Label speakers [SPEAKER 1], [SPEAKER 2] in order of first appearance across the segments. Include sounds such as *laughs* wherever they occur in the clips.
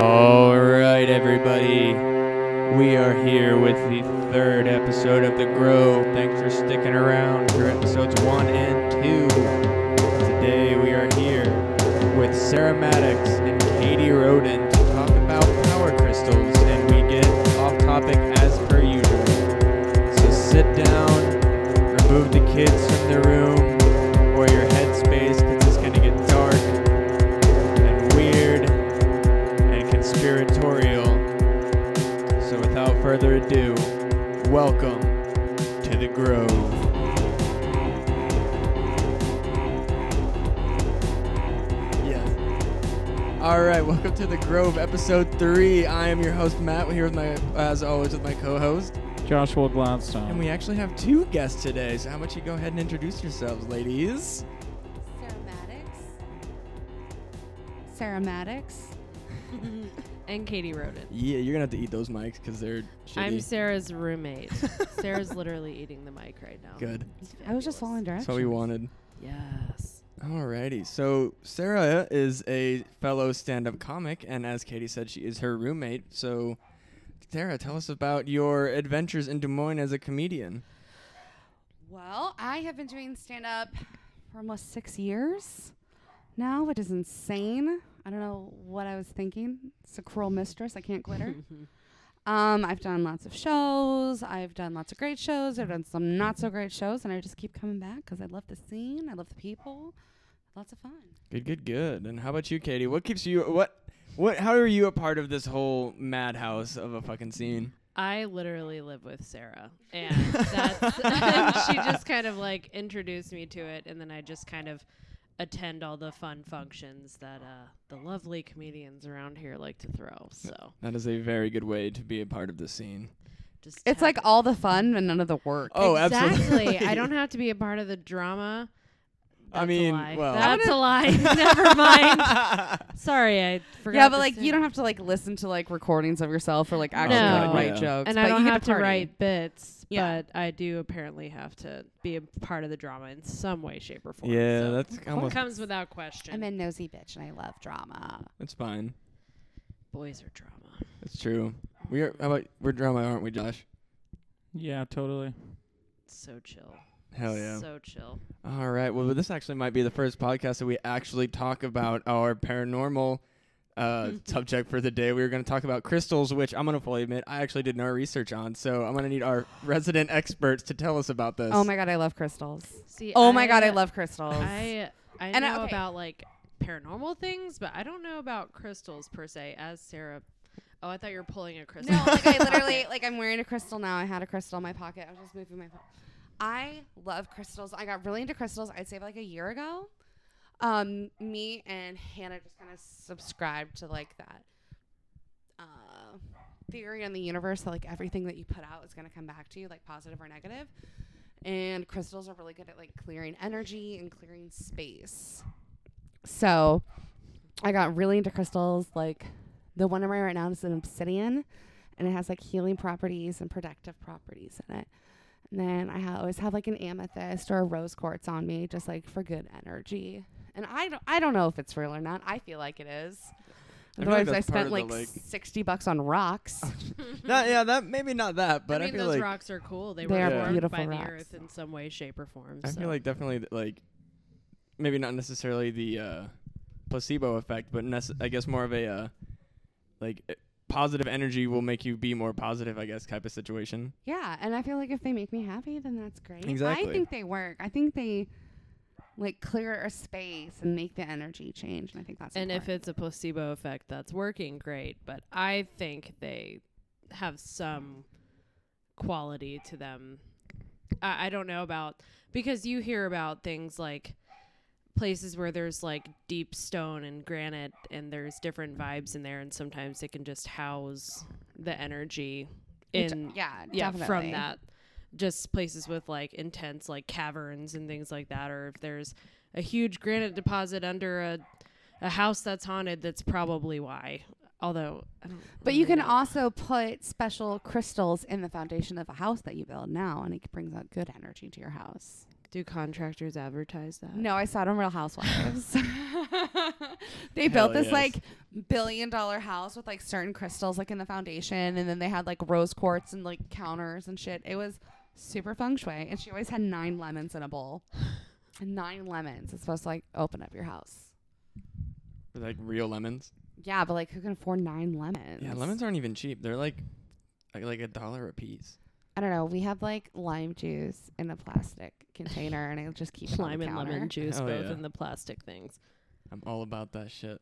[SPEAKER 1] All right, everybody. We are here with the third episode of The Grove. Thanks for sticking around for episodes one and two. Today we are here with Sarah Maddox and Katie Roden to talk about power crystals, and we get off topic as per usual. So sit down, remove the kids from the room or your headspace because it's going to get dark and weird and conspiratorial. So, without further ado, welcome to the Grove. Yes. All right, welcome to the Grove, episode three. I am your host Matt. We're here with my, as always, with my co-host,
[SPEAKER 2] Joshua Gladstone.
[SPEAKER 1] and we actually have two guests today. So, how about you go ahead and introduce yourselves, ladies?
[SPEAKER 3] Sarah Maddox. Sarah Maddox.
[SPEAKER 4] and Katie Roden.
[SPEAKER 1] Yeah, you're gonna have to eat those mics because they're shitty.
[SPEAKER 4] I'm
[SPEAKER 1] *laughs*
[SPEAKER 4] Sarah's roommate. Sarah's literally eating the mic right now.
[SPEAKER 1] Good.
[SPEAKER 3] I was just following directions.
[SPEAKER 1] That's what we wanted.
[SPEAKER 4] Yes.
[SPEAKER 1] Alrighty. So Sarah is a fellow stand-up comic, and as Katie said, she is her roommate. So, Sarah, tell us about your adventures in Des Moines as a comedian.
[SPEAKER 3] Well, I have been doing stand up for almost six years now, which is insane. I don't know what I was thinking. It's a cruel mistress. I can't quit her. um, I've done lots of shows. I've done lots of great shows. I've done some not so great shows, and I just keep coming back because I love the scene. I love the people. Lots of fun.
[SPEAKER 1] Good, good, good. And how about you, Katie? What keeps you? What? What? How are you a part of this whole madhouse of a fucking scene?
[SPEAKER 4] I literally live
[SPEAKER 1] *laughs*
[SPEAKER 4] with Sarah. And that's *laughs* she just kind of like introduced me to it and then I just kind of attend all the fun functions that uh, the lovely comedians around here like to throw. So
[SPEAKER 1] That is a very good way to be a part of the scene.
[SPEAKER 4] just
[SPEAKER 3] It's like
[SPEAKER 4] tap-
[SPEAKER 3] all the fun and none of the work.
[SPEAKER 1] Oh,
[SPEAKER 4] exactly.
[SPEAKER 1] absolutely.
[SPEAKER 4] I don't have to be a part of the drama.
[SPEAKER 1] I
[SPEAKER 4] That's a
[SPEAKER 1] mean,
[SPEAKER 4] lie.
[SPEAKER 1] well-
[SPEAKER 4] that's a lie.
[SPEAKER 3] *laughs*
[SPEAKER 4] Never mind.
[SPEAKER 1] *laughs*
[SPEAKER 4] Sorry, I forgot.
[SPEAKER 3] yeah, but
[SPEAKER 4] to
[SPEAKER 3] like
[SPEAKER 4] say-
[SPEAKER 3] you don't have to like listen to like recordings of yourself or like actually
[SPEAKER 4] No.
[SPEAKER 3] like write
[SPEAKER 1] Yeah.
[SPEAKER 3] jokes.
[SPEAKER 4] and
[SPEAKER 3] but
[SPEAKER 4] I don't
[SPEAKER 3] you get
[SPEAKER 4] have to,
[SPEAKER 3] party.
[SPEAKER 4] write bits,
[SPEAKER 3] Yeah.
[SPEAKER 4] but I do apparently have to be a part of the drama in some way, shape, or form.
[SPEAKER 1] Yeah,
[SPEAKER 4] so
[SPEAKER 1] that's
[SPEAKER 4] it
[SPEAKER 1] almost.
[SPEAKER 4] comes without question.
[SPEAKER 3] I'm a nosy bitch and I love drama.
[SPEAKER 1] That's fine.
[SPEAKER 4] Boys are drama.
[SPEAKER 1] That's true. We are. How about we're drama, aren't we, Josh?
[SPEAKER 2] yeah, totally.
[SPEAKER 4] So chill.
[SPEAKER 1] Hell yeah.
[SPEAKER 4] So chill.
[SPEAKER 1] All right. Well, this actually might be the first podcast that we actually talk about our paranormal
[SPEAKER 4] *laughs*
[SPEAKER 1] uh, subject for the day. We were going to talk about crystals, which I'm going to fully admit I actually did no research on. So I'm going to need our resident experts to tell us about this.
[SPEAKER 3] Oh my god, I love crystals.
[SPEAKER 4] See.
[SPEAKER 3] Oh my god, I love crystals.
[SPEAKER 4] I I
[SPEAKER 3] And I-
[SPEAKER 4] know
[SPEAKER 3] okay.
[SPEAKER 4] about like paranormal things, but I don't know about crystals per se. As Sarah. Oh, I thought you were pulling a crystal.
[SPEAKER 3] no, like I literally like I'm wearing a crystal now. I had a crystal in my pocket. I was just moving my phone. I love crystals. I got really into crystals. I'd say like a year ago. Um, me and Hannah just kind of subscribed to like that uh, theory on the universe that like everything that you put out is gonna come back to you, like positive or negative. And crystals are really good at like clearing energy and clearing space. So I got really into crystals. Like the one I'm wearing right now is an obsidian, and it has like healing properties and protective properties in it. And then I ha- always have like an amethyst or a rose quartz on me, just like for good energy. And I don't, I don't know if it's real or not. I feel like it is.
[SPEAKER 1] I feel like
[SPEAKER 3] Otherwise, I,
[SPEAKER 1] that's part of
[SPEAKER 3] spent
[SPEAKER 1] the,
[SPEAKER 3] like,
[SPEAKER 1] like-
[SPEAKER 3] sixty bucks on rocks.
[SPEAKER 1] *laughs* Not- yeah, that maybe not that, but
[SPEAKER 4] I
[SPEAKER 1] I,
[SPEAKER 4] mean,
[SPEAKER 1] feel
[SPEAKER 4] those
[SPEAKER 1] like
[SPEAKER 4] rocks are cool. They,
[SPEAKER 3] They
[SPEAKER 4] were
[SPEAKER 3] are
[SPEAKER 4] formed
[SPEAKER 3] beautiful
[SPEAKER 4] by
[SPEAKER 3] rocks.
[SPEAKER 4] the earth in some way, shape, or form.
[SPEAKER 1] I
[SPEAKER 4] so.
[SPEAKER 1] feel like definitely th- like maybe not necessarily the uh, placebo effect, but nece- I guess more of a uh, like eh, positive energy will make you be more positive. I guess type of situation.
[SPEAKER 3] yeah, and I feel like if they make me happy, then that's great.
[SPEAKER 1] Exactly.
[SPEAKER 3] I think they work. I think they like clear a space and make the energy change, and I think that's
[SPEAKER 4] And
[SPEAKER 3] important.
[SPEAKER 4] if it's a placebo effect that's working, great. But I think they have some quality to them. I, I don't know about because you hear about things like places where there's like deep stone and granite and there's different vibes in there and sometimes it can just house the energy
[SPEAKER 3] Which-
[SPEAKER 4] in
[SPEAKER 3] yeah,
[SPEAKER 4] yeah
[SPEAKER 3] definitely.
[SPEAKER 4] from that just places with like intense like caverns and things like that or if there's a huge granite deposit under a a house that's haunted that's probably why although I don't
[SPEAKER 3] But you
[SPEAKER 4] really
[SPEAKER 3] can
[SPEAKER 4] know.
[SPEAKER 3] also put special crystals in the foundation of a house that you build now, and it brings out good energy to your house.
[SPEAKER 4] Do contractors advertise that?
[SPEAKER 3] No, I saw it on Real Housewives. *laughs* they built
[SPEAKER 1] Hell
[SPEAKER 3] this
[SPEAKER 1] yes.
[SPEAKER 3] like billion dollar house with like certain crystals like in the foundation, and then they had like rose quartz and like counters and shit. It was super feng shui, and she always had nine lemons in a bowl. *sighs* Nine lemons. It's supposed to like open up your house.
[SPEAKER 1] Like real lemons.
[SPEAKER 3] Yeah, but like who can afford nine lemons?
[SPEAKER 1] Yeah, lemons aren't even cheap. They're like like, like a dollar a piece.
[SPEAKER 3] I don't know. We have like lime juice in a plastic container, and I just keep it on the
[SPEAKER 4] Lime and
[SPEAKER 3] counter.
[SPEAKER 4] lemon juice,
[SPEAKER 1] Hell
[SPEAKER 4] both
[SPEAKER 1] yeah.
[SPEAKER 4] in the plastic things.
[SPEAKER 1] I'm all about that shit.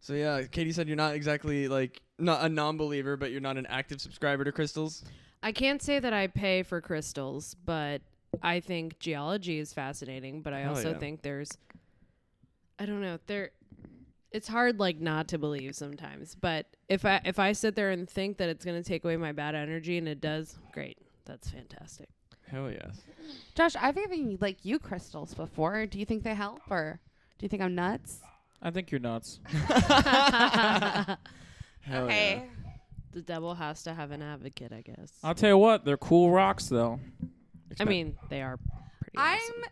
[SPEAKER 1] So yeah, Katie said you're not exactly like not a non-believer, but you're not an active subscriber to crystals.
[SPEAKER 4] I can't say that I pay for crystals, but I think geology is fascinating. But I
[SPEAKER 1] Hell
[SPEAKER 4] also
[SPEAKER 1] yeah.
[SPEAKER 4] think there's, I don't know, there. It's hard, like, not to believe sometimes. But if I if I sit there and think that it's gonna take away my bad energy, and it does, great,
[SPEAKER 1] *laughs*
[SPEAKER 4] that's fantastic.
[SPEAKER 1] Hell yes.
[SPEAKER 3] Josh, I've given like you crystals before. Do you think they help, or do you think I'm nuts?
[SPEAKER 2] I think you're nuts.
[SPEAKER 1] Hell
[SPEAKER 3] okay.
[SPEAKER 4] The devil has to have an advocate, I guess.
[SPEAKER 2] I'll tell you what, they're cool rocks though.
[SPEAKER 1] Yeah.
[SPEAKER 4] I mean, they are pretty.
[SPEAKER 3] I'm
[SPEAKER 4] awesome.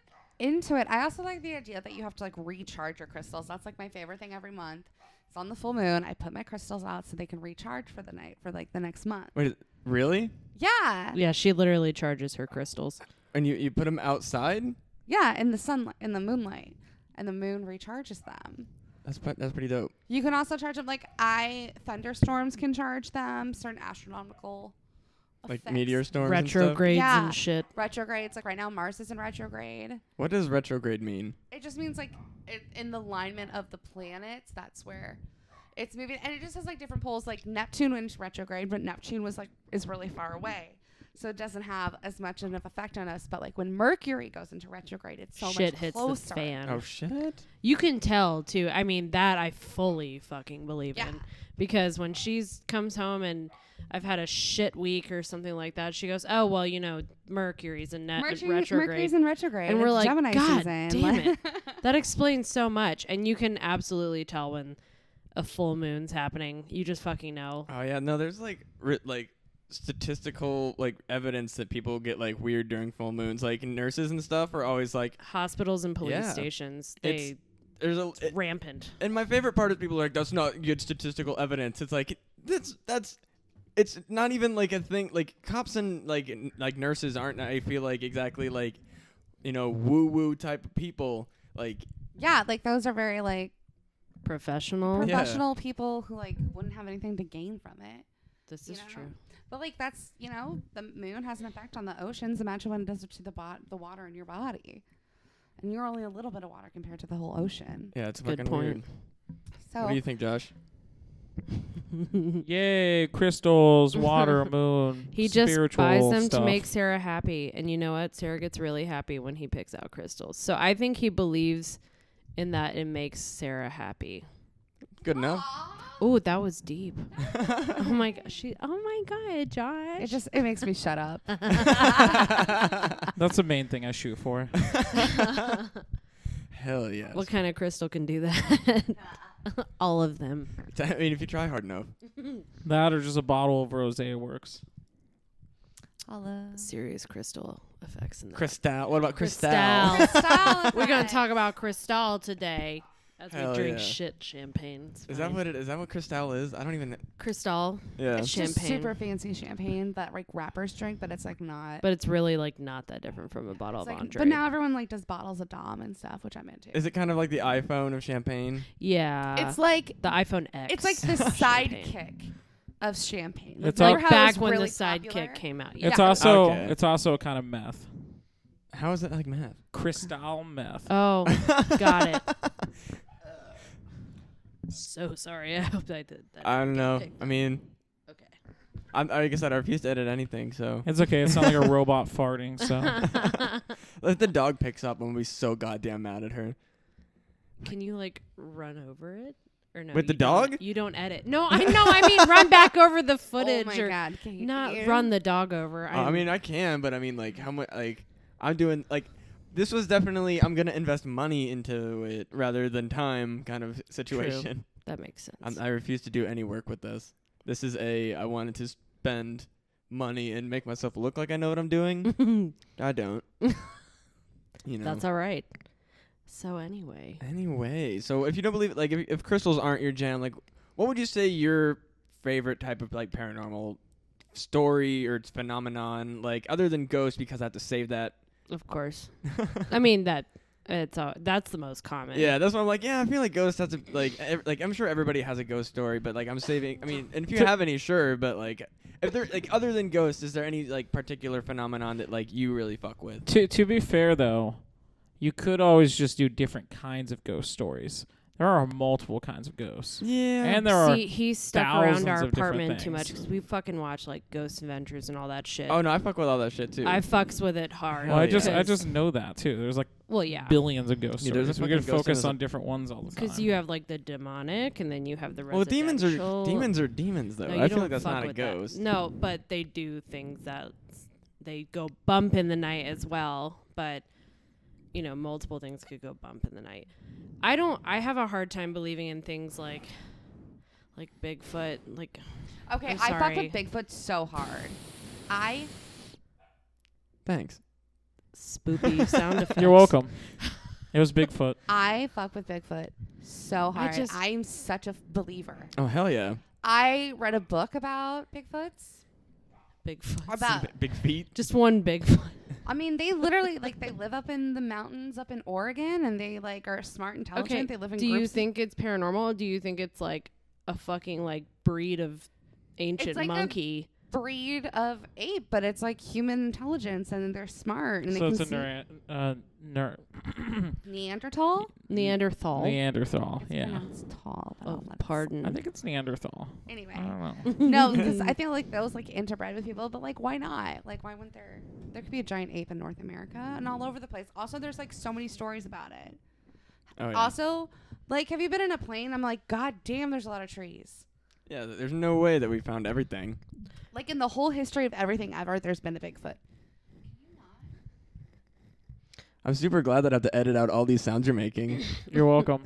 [SPEAKER 3] into it. I also like the idea that you have to like recharge your crystals. That's like my favorite thing every month. It's on the full moon. I put my crystals out so they can recharge for the night for like the next month.
[SPEAKER 1] Wait, really?
[SPEAKER 3] Yeah.
[SPEAKER 4] Yeah, she literally charges her crystals.
[SPEAKER 1] And you you put them outside?
[SPEAKER 3] Yeah, in the sunlight, in the moonlight, and the moon recharges them.
[SPEAKER 1] That's pre- that's pretty dope.
[SPEAKER 3] You can also charge them like I thunderstorms can charge them, certain astronomical
[SPEAKER 1] Like
[SPEAKER 3] effects.
[SPEAKER 1] meteor storms. and stuff?
[SPEAKER 4] Retrogrades
[SPEAKER 3] Yeah.
[SPEAKER 4] and shit.
[SPEAKER 3] retrogrades like right now Mars is in retrograde.
[SPEAKER 1] What does retrograde mean?
[SPEAKER 3] It just means like it, in the alignment of the planets, that's where it's moving and it just has like different poles like Neptune went into retrograde, but Neptune was like is really far away. So it doesn't have as much of an effect on us, but like when Mercury goes into retrograde, it's so
[SPEAKER 4] shit
[SPEAKER 3] much
[SPEAKER 4] hits
[SPEAKER 3] closer.
[SPEAKER 4] the fan.
[SPEAKER 1] Oh shit.
[SPEAKER 4] You can tell too. I mean, that I fully fucking believe
[SPEAKER 3] Yeah.
[SPEAKER 4] in because when she's comes home and I've had a shit week or something like that, she goes, "Oh well, you know, Mercury's in net
[SPEAKER 3] Mercury,
[SPEAKER 4] retrograde."
[SPEAKER 3] Mercury's in retrograde,
[SPEAKER 4] And we're
[SPEAKER 3] It's
[SPEAKER 4] like,
[SPEAKER 3] Gemini
[SPEAKER 4] "God
[SPEAKER 3] season."
[SPEAKER 4] damn
[SPEAKER 3] Like- *laughs*
[SPEAKER 4] it. that explains so much, and you can absolutely tell when a full moon's happening. You just fucking know.
[SPEAKER 1] Oh yeah, no. There's like ri- like statistical like evidence that people get like weird during full moons. Like nurses and stuff are always like,
[SPEAKER 4] Hospitals and police
[SPEAKER 1] Yeah.
[SPEAKER 4] stations,
[SPEAKER 1] It's-
[SPEAKER 4] they
[SPEAKER 1] there's a. it-
[SPEAKER 4] rampant.
[SPEAKER 1] and my favorite part is people are like, that's not good statistical evidence. It's like that's that's. It's not even like a thing. Like cops and like n- like nurses aren't. I feel like exactly like, you know, woo woo type of people. Like
[SPEAKER 3] yeah, like those are very like
[SPEAKER 4] Professional.
[SPEAKER 1] Yeah.
[SPEAKER 3] professional people who like wouldn't have anything to gain from it.
[SPEAKER 4] This
[SPEAKER 3] you
[SPEAKER 4] is
[SPEAKER 3] know?
[SPEAKER 4] true.
[SPEAKER 3] But like that's you know the moon has an effect on the oceans. Imagine what it does to the bot the water in your body, and you're only a little bit of water compared to the whole ocean.
[SPEAKER 1] yeah, it's
[SPEAKER 4] Good
[SPEAKER 1] fucking
[SPEAKER 4] point.
[SPEAKER 1] weird. What
[SPEAKER 3] So
[SPEAKER 1] do you think, Josh?
[SPEAKER 2] Yay,
[SPEAKER 1] *laughs*
[SPEAKER 2] crystals, water, moon.
[SPEAKER 4] He just
[SPEAKER 2] spiritual
[SPEAKER 4] buys them
[SPEAKER 2] stuff.
[SPEAKER 4] to make Sarah happy. And you know what? Sarah gets really happy when he picks out crystals. So I think he believes in that it makes Sarah happy.
[SPEAKER 1] Good
[SPEAKER 3] *laughs*
[SPEAKER 1] enough.
[SPEAKER 4] Oh, that was deep. oh my gosh. She oh my god, Josh.
[SPEAKER 3] it just it makes me shut
[SPEAKER 4] *laughs*
[SPEAKER 3] up.
[SPEAKER 2] *laughs* That's the main thing I shoot
[SPEAKER 4] *laughs*
[SPEAKER 2] for.
[SPEAKER 1] *laughs* Hell yes.
[SPEAKER 4] what kind of crystal can do that? *laughs* All of them.
[SPEAKER 1] *laughs* I mean, if you try hard enough.
[SPEAKER 2] that or just a bottle of rosé works.
[SPEAKER 3] Hello.
[SPEAKER 4] Serious crystal effects in that.
[SPEAKER 1] Cristal. What about Cristal?
[SPEAKER 3] *laughs*
[SPEAKER 4] *laughs*
[SPEAKER 3] Style
[SPEAKER 4] We're
[SPEAKER 1] *laughs*
[SPEAKER 4] gonna
[SPEAKER 3] effect.
[SPEAKER 4] talk about crystal today. As
[SPEAKER 1] Hell
[SPEAKER 4] we drink
[SPEAKER 1] yeah.
[SPEAKER 4] shit champagne. It's
[SPEAKER 1] Is that
[SPEAKER 4] fine.
[SPEAKER 1] what it is? That what Cristal is? I don't even.
[SPEAKER 4] crystal?
[SPEAKER 1] Yeah.
[SPEAKER 4] It's
[SPEAKER 3] Just
[SPEAKER 4] champagne.
[SPEAKER 3] super fancy champagne that like rappers drink, but it's like not.
[SPEAKER 4] But it's really like not that different from a bottle
[SPEAKER 3] it's,
[SPEAKER 4] of
[SPEAKER 3] like-
[SPEAKER 4] Andre.
[SPEAKER 3] but now everyone like does bottles of Dom and stuff, which I'm into.
[SPEAKER 1] Is it kind of like the iPhone of champagne?
[SPEAKER 4] yeah,
[SPEAKER 3] it's like
[SPEAKER 4] the iPhone X.
[SPEAKER 3] it's like
[SPEAKER 4] *laughs*
[SPEAKER 3] the
[SPEAKER 4] Champagne.
[SPEAKER 3] sidekick of champagne. Like,
[SPEAKER 2] It's
[SPEAKER 4] Like
[SPEAKER 3] remember how it
[SPEAKER 4] back
[SPEAKER 3] was
[SPEAKER 4] when
[SPEAKER 3] really
[SPEAKER 4] the sidekick
[SPEAKER 3] popular?
[SPEAKER 4] came out.
[SPEAKER 2] It's
[SPEAKER 3] Yeah.
[SPEAKER 2] also
[SPEAKER 1] Okay.
[SPEAKER 2] it's also a kind of meth.
[SPEAKER 1] How is it like math?
[SPEAKER 2] Crystal meth.
[SPEAKER 4] Oh,
[SPEAKER 1] *laughs*
[SPEAKER 4] got it. so sorry. *laughs* I hope I did that.
[SPEAKER 1] I don't know. I mean,
[SPEAKER 4] okay.
[SPEAKER 1] I'm, I guess I refuse to edit anything.
[SPEAKER 4] *laughs*
[SPEAKER 1] So
[SPEAKER 2] It's okay. It's not like a robot farting. So
[SPEAKER 1] if the dog picks up, I'm gonna be so goddamn mad at her.
[SPEAKER 4] Can you like run over it? Or no,
[SPEAKER 1] With the
[SPEAKER 4] you don't-
[SPEAKER 1] dog?
[SPEAKER 4] you don't edit. No, I know. I mean, run back over the footage,
[SPEAKER 3] *laughs* Oh my
[SPEAKER 4] or
[SPEAKER 3] god! Can you
[SPEAKER 4] not run the dog over.
[SPEAKER 1] Uh, I
[SPEAKER 4] I'm-
[SPEAKER 1] mean, I can, but I mean, like, how much? Like, I'm doing like. This was definitely I'm gonna invest money into it rather than time kind of situation.
[SPEAKER 4] that makes sense.
[SPEAKER 1] I'm, I refuse to do any work with this. This is a I wanted to spend
[SPEAKER 4] *laughs*
[SPEAKER 1] money and make myself look like I know what I'm doing. I don't. You know.
[SPEAKER 4] That's all right. So anyway,
[SPEAKER 1] Anyway, so if you don't believe, like, if, if crystals aren't your jam, like, what would you say your favorite type of like paranormal story or its phenomenon, like, other than ghosts? Because I have to save that. *laughs*
[SPEAKER 4] of course. I mean that it's all, that's the most common.
[SPEAKER 1] yeah, that's why I'm like, yeah, I feel like ghosts has a like, ev- like I'm sure everybody has a ghost story, but like I'm saving. I mean, and if you have any, sure, but like, if there like other than ghosts, is there any like particular phenomenon that like you really fuck with?
[SPEAKER 2] To to be fair though, you could always just do different kinds of ghost stories. There are multiple kinds of ghosts,
[SPEAKER 1] Yeah,
[SPEAKER 2] and there
[SPEAKER 4] See,
[SPEAKER 2] are
[SPEAKER 4] he stuck around
[SPEAKER 2] thousands
[SPEAKER 4] our
[SPEAKER 2] of different
[SPEAKER 4] apartment too much
[SPEAKER 2] things.
[SPEAKER 4] because we fucking watch like Ghost Adventures and all that shit.
[SPEAKER 1] oh no, I fuck with all that shit too.
[SPEAKER 4] I fucks with it hard.
[SPEAKER 2] well, I just I
[SPEAKER 4] because-
[SPEAKER 2] just know that too. There's like
[SPEAKER 4] well yeah.
[SPEAKER 2] billions of ghost
[SPEAKER 1] Yeah, there's a
[SPEAKER 2] stories. We could
[SPEAKER 1] fucking ghost in
[SPEAKER 2] focus
[SPEAKER 1] this-
[SPEAKER 2] on different ones all the time.
[SPEAKER 4] Because you have like the demonic, and then you have the
[SPEAKER 1] well, demons are
[SPEAKER 4] residential.
[SPEAKER 1] demons are demons though.
[SPEAKER 4] No, you
[SPEAKER 1] I feel like
[SPEAKER 4] don't
[SPEAKER 1] that's
[SPEAKER 4] fuck
[SPEAKER 1] not a
[SPEAKER 4] with that.
[SPEAKER 1] ghost.
[SPEAKER 4] No, but they do things that they go bump in the night as well. But you know, multiple things could go bump in the night. I don't. I have a hard time believing in things like like Bigfoot. Like
[SPEAKER 3] Okay,
[SPEAKER 4] I'm
[SPEAKER 3] I fuck with
[SPEAKER 4] sorry.
[SPEAKER 3] Bigfoot so hard. I
[SPEAKER 1] Thanks.
[SPEAKER 4] spoopy sound effects.
[SPEAKER 2] You're welcome. It was Bigfoot.
[SPEAKER 3] I fuck with Bigfoot so
[SPEAKER 4] I
[SPEAKER 3] hard.
[SPEAKER 4] just-
[SPEAKER 3] I am such a f- believer.
[SPEAKER 1] Oh hell yeah!
[SPEAKER 3] I read a book about Bigfoots.
[SPEAKER 4] Bigfoot.
[SPEAKER 3] About
[SPEAKER 1] big feet.
[SPEAKER 4] Just *laughs* one Bigfoot.
[SPEAKER 3] I mean, they literally like they live up in the mountains up in Oregon, and they like are smart, intelligent.
[SPEAKER 4] Okay.
[SPEAKER 3] They live in
[SPEAKER 4] do
[SPEAKER 3] groups.
[SPEAKER 4] you think it's paranormal? Do you think it's like a fucking like breed of ancient
[SPEAKER 3] like a-
[SPEAKER 4] monkey?
[SPEAKER 3] breed of ape, but it's like human intelligence, and they're smart, and
[SPEAKER 2] so
[SPEAKER 3] they
[SPEAKER 2] it's
[SPEAKER 3] can
[SPEAKER 2] a
[SPEAKER 3] see
[SPEAKER 2] Neander- uh, ner-
[SPEAKER 3] Neanderthal.
[SPEAKER 4] Neanderthal.
[SPEAKER 1] Oh,
[SPEAKER 2] Neanderthal.
[SPEAKER 3] It's
[SPEAKER 2] Yeah,
[SPEAKER 3] pronounced tall. but
[SPEAKER 4] oh,
[SPEAKER 3] I'll let it
[SPEAKER 4] pardon. *laughs*
[SPEAKER 2] I think it's Neanderthal.
[SPEAKER 3] slide. Anyway,
[SPEAKER 2] I
[SPEAKER 1] Oh.
[SPEAKER 2] don't know.
[SPEAKER 3] *laughs* no, because I feel like those like interbred with people, but like why not? Like why wouldn't there? There could be a giant ape in North America and all over the place. Also, there's like so many stories about it.
[SPEAKER 1] Oh, yeah.
[SPEAKER 3] Also, like have you been in a plane? I'm like, god damn, there's a lot of trees.
[SPEAKER 1] Yeah, th- there's no way that we found everything.
[SPEAKER 3] Like in the whole history of everything ever, there's been a Bigfoot.
[SPEAKER 1] I'm super glad that I have to edit out all these sounds you're *laughs* making.
[SPEAKER 2] You're welcome.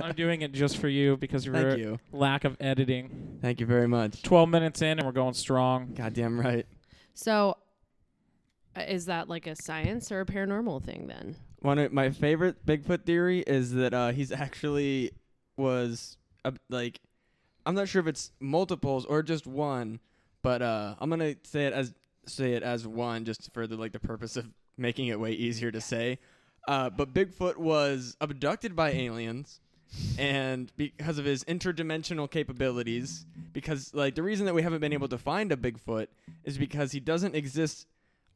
[SPEAKER 2] I'm doing it just for you because of your
[SPEAKER 1] Thank you.
[SPEAKER 2] lack of editing.
[SPEAKER 1] Thank you very much.
[SPEAKER 2] 12 minutes in and we're going strong.
[SPEAKER 1] Goddamn right.
[SPEAKER 4] So, uh, is that like a science or a paranormal thing then?
[SPEAKER 1] One of my favorite Bigfoot theory is that uh, he's actually was uh, like, I'm not sure if it's multiples or just one, but uh, I'm gonna say it as say it as one just for the like the purpose of making it way easier to say. Uh, but Bigfoot was abducted by aliens, and because of his interdimensional capabilities, because like the reason that we haven't been able to find a Bigfoot is because he doesn't exist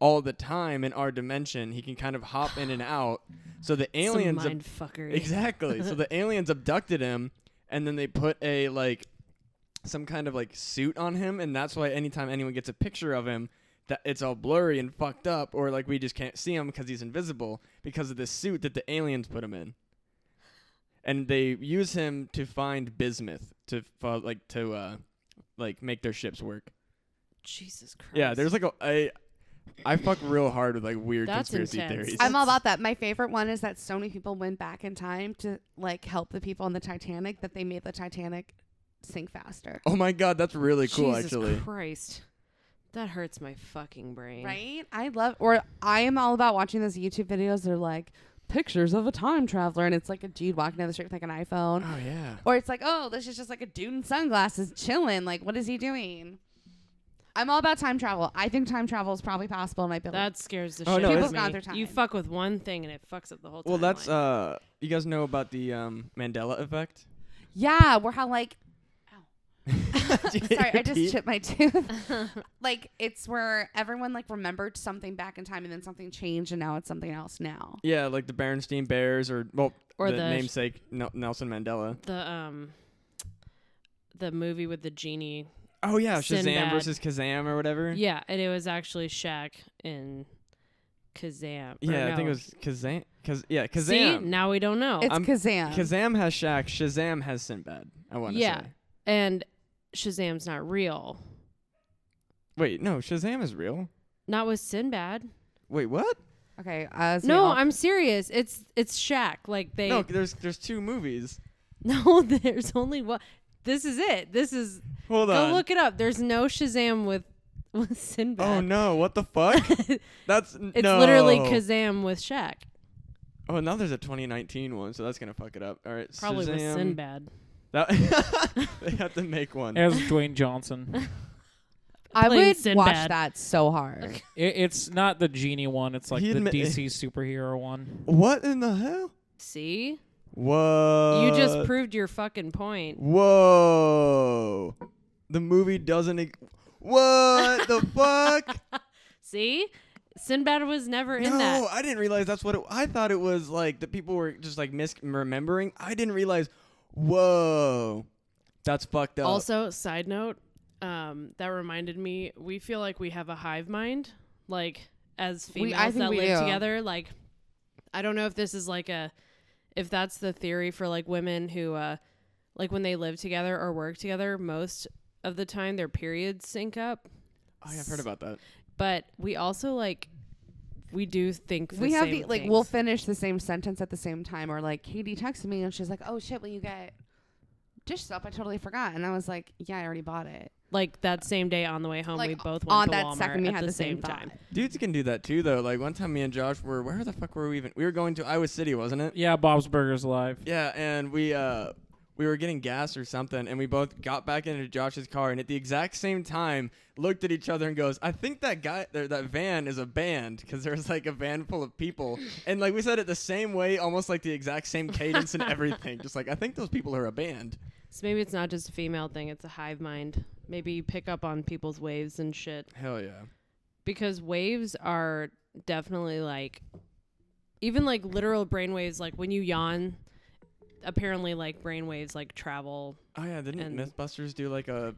[SPEAKER 1] all the time in our dimension. He can kind of hop in and out. So the aliens ab-
[SPEAKER 4] Some mind fuckery.
[SPEAKER 1] Exactly. so the aliens abducted him, and then they put a like some kind of like suit on him, and that's why anytime anyone gets a picture of him, that it's all blurry and fucked up, or like we just can't see him because he's invisible because of this suit that the aliens put him in. And they use him to find bismuth to fo- like to uh like make their ships work.
[SPEAKER 4] Jesus Christ.
[SPEAKER 1] Yeah, there's like a I I fuck real hard with like weird
[SPEAKER 4] That's
[SPEAKER 1] conspiracy
[SPEAKER 4] intense.
[SPEAKER 1] theories.
[SPEAKER 3] I'm all about that. My favorite one is that so many people went back in time to like help the people on the Titanic that they made the Titanic sink faster.
[SPEAKER 1] oh my god, that's really cool
[SPEAKER 4] Jesus
[SPEAKER 1] actually.
[SPEAKER 4] Christ. That hurts my fucking brain.
[SPEAKER 3] Right? I love, or I am all about watching those YouTube videos. They're like pictures of a time traveler, and it's like a dude walking down the street with like an iPhone,
[SPEAKER 1] Oh yeah.
[SPEAKER 3] or it's like, oh, this is just like a dude in sunglasses chilling. Like, what is he doing? I'm all about time travel. I think time travel is probably possible in my building.
[SPEAKER 4] That scares the
[SPEAKER 1] Oh,
[SPEAKER 4] shit
[SPEAKER 1] no,
[SPEAKER 4] out
[SPEAKER 1] it's-
[SPEAKER 4] of me.
[SPEAKER 3] People's gone through
[SPEAKER 4] You
[SPEAKER 3] time.
[SPEAKER 4] fuck with one thing and it fucks up the whole.
[SPEAKER 1] Well, that's
[SPEAKER 4] timeline.
[SPEAKER 1] uh, you guys know about the um, Mandela
[SPEAKER 4] *laughs*
[SPEAKER 1] effect. *laughs*
[SPEAKER 3] yeah, we're how like
[SPEAKER 1] Did you hit
[SPEAKER 3] Sorry, I
[SPEAKER 1] your
[SPEAKER 3] just
[SPEAKER 1] teeth?
[SPEAKER 3] chipped my tooth.
[SPEAKER 4] *laughs*
[SPEAKER 3] *laughs* like it's where everyone like remembered something back in time and then something changed and now it's something else now.
[SPEAKER 1] Yeah, like the Berenstain Bears, or well,
[SPEAKER 4] Or
[SPEAKER 1] the,
[SPEAKER 4] the-
[SPEAKER 1] namesake Nel- Nelson Mandela.
[SPEAKER 4] the um, the movie with the genie.
[SPEAKER 1] Oh yeah, Shazam
[SPEAKER 4] Sinbad.
[SPEAKER 1] versus Kazam or whatever.
[SPEAKER 4] Yeah, and it was actually Shaq in Kazam. or
[SPEAKER 1] Yeah, I
[SPEAKER 4] no.
[SPEAKER 1] think it was Kazam. Kaz- yeah,
[SPEAKER 4] See,
[SPEAKER 1] Kazam.
[SPEAKER 4] now we don't know.
[SPEAKER 3] It's
[SPEAKER 1] I'm-
[SPEAKER 3] Kazam.
[SPEAKER 1] Kazam has Shaq. Shazam has Sinbad. I want to
[SPEAKER 4] Yeah.
[SPEAKER 1] say.
[SPEAKER 4] and Shazam's not real.
[SPEAKER 1] Wait, no, Shazam is real.
[SPEAKER 4] Not with Sinbad.
[SPEAKER 1] Wait, what?
[SPEAKER 3] Okay, as we
[SPEAKER 4] No,
[SPEAKER 3] all-
[SPEAKER 4] I'm serious. It's it's Shaq. Like they *laughs*
[SPEAKER 1] No,
[SPEAKER 4] No,
[SPEAKER 1] there's there's two movies.
[SPEAKER 4] there's only one. This is it. This is
[SPEAKER 1] Hold
[SPEAKER 4] Go
[SPEAKER 1] on.
[SPEAKER 4] look it up. There's no Shazam with *laughs* with Sinbad.
[SPEAKER 1] Oh no! What the
[SPEAKER 4] *laughs*
[SPEAKER 1] fuck? That's
[SPEAKER 4] It's
[SPEAKER 1] no.
[SPEAKER 4] literally Kazam with Shaq.
[SPEAKER 1] Oh, now there's a 2019 one, so that's gonna fuck it up. All right,
[SPEAKER 4] Probably
[SPEAKER 1] Shazam.
[SPEAKER 4] with Sinbad. *laughs*
[SPEAKER 1] That *laughs* they have to make one.
[SPEAKER 2] As Dwayne Johnson.
[SPEAKER 3] I
[SPEAKER 4] Playing
[SPEAKER 3] would watch
[SPEAKER 4] Sinbad.
[SPEAKER 3] that so hard.
[SPEAKER 2] It, it's not the genie one. It's like
[SPEAKER 1] He
[SPEAKER 2] the
[SPEAKER 1] admi- *laughs*
[SPEAKER 2] DC superhero one.
[SPEAKER 1] What in the hell?
[SPEAKER 4] See?
[SPEAKER 1] Whoa!
[SPEAKER 4] you just proved your fucking point.
[SPEAKER 1] Whoa! The movie doesn't. e what
[SPEAKER 4] *laughs*
[SPEAKER 1] the fuck?
[SPEAKER 4] See? Sinbad was never in
[SPEAKER 1] no,
[SPEAKER 4] that.
[SPEAKER 1] I didn't realize that's what it, I thought it was like. That people were just like misremembering. I didn't realize. Whoa, that's fucked up.
[SPEAKER 4] Also, side note, um, that reminded me, we feel like we have a hive mind, like as
[SPEAKER 3] We-
[SPEAKER 4] females
[SPEAKER 3] I think
[SPEAKER 4] that
[SPEAKER 3] we
[SPEAKER 4] live
[SPEAKER 3] do.
[SPEAKER 4] together. Like, I don't know if this is like a, if that's the theory for like women who, uh, like when they live together or work together, most of the time their periods sync up.
[SPEAKER 1] oh, yeah, I've heard about that.
[SPEAKER 4] But we also like, we do think the
[SPEAKER 3] we have the,
[SPEAKER 4] same
[SPEAKER 3] like we'll
[SPEAKER 4] things.
[SPEAKER 3] finish the same sentence at the same time, or like Katie texted me and she's like, "Oh shit, will you get dish soap? I totally forgot." And I was like, "Yeah, I already bought it."
[SPEAKER 4] like that same day on the way home,
[SPEAKER 3] like
[SPEAKER 4] we both went
[SPEAKER 3] on
[SPEAKER 4] to
[SPEAKER 3] that
[SPEAKER 4] Walmart
[SPEAKER 3] second, we
[SPEAKER 4] at
[SPEAKER 3] had
[SPEAKER 4] the,
[SPEAKER 3] the
[SPEAKER 4] same,
[SPEAKER 3] same thought.
[SPEAKER 4] time.
[SPEAKER 1] Dudes can do that too, though. Like one time, me and Josh were where the fuck were we even? We were going to Iowa City, wasn't it?
[SPEAKER 2] Yeah, Bob's Burgers Live.
[SPEAKER 1] Yeah, and we uh we were getting gas or something, and we both got back into Josh's car, and at the exact same time, looked at each other and goes, "I think that guy, there, that van is a band, because there was like a van full of people, and like we said it the same way, almost like the exact same cadence and everything, just like I think those people are a band."
[SPEAKER 4] So maybe it's not just a female thing, it's a hive mind. Maybe you pick up on people's waves and shit.
[SPEAKER 1] Hell yeah.
[SPEAKER 4] Because waves are definitely like even like literal brain waves, like when you yawn, apparently like brain waves like travel.
[SPEAKER 1] Oh yeah, didn't
[SPEAKER 4] And-
[SPEAKER 1] MythBusters do like a,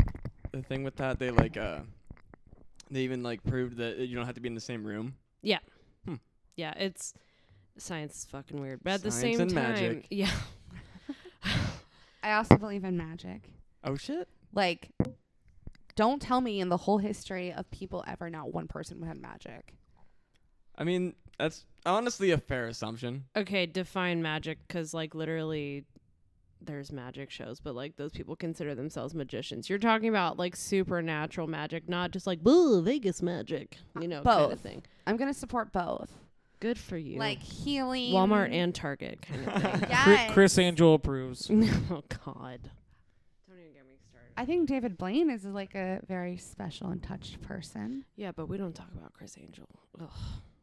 [SPEAKER 1] a thing with that? They like uh, they even like proved that you don't have to be in the same room.
[SPEAKER 4] Yeah, it's science is fucking weird. But at the
[SPEAKER 1] Science
[SPEAKER 4] same
[SPEAKER 1] and
[SPEAKER 4] time
[SPEAKER 1] magic.
[SPEAKER 4] *laughs* Yeah.
[SPEAKER 3] I also believe in magic.
[SPEAKER 1] Oh shit.
[SPEAKER 3] Like, don't tell me in the whole history of people ever not one person had magic.
[SPEAKER 1] I mean, that's honestly a fair assumption.
[SPEAKER 4] Okay, define magic because like literally there's magic shows, but like those people consider themselves magicians. You're talking about like supernatural magic, not just like boo Vegas magic, you know, kind
[SPEAKER 3] both.
[SPEAKER 4] of thing.
[SPEAKER 3] I'm gonna support both,
[SPEAKER 4] Good for you.
[SPEAKER 3] like healing,
[SPEAKER 4] Walmart and Target *laughs* kind of thing.
[SPEAKER 2] Cri-
[SPEAKER 3] *laughs* yes.
[SPEAKER 2] Chris Angel approves.
[SPEAKER 4] oh God. Don't even get me started.
[SPEAKER 3] I think David Blaine is like a very special and touched person.
[SPEAKER 4] Yeah, but we don't talk about Chris Angel. Ugh.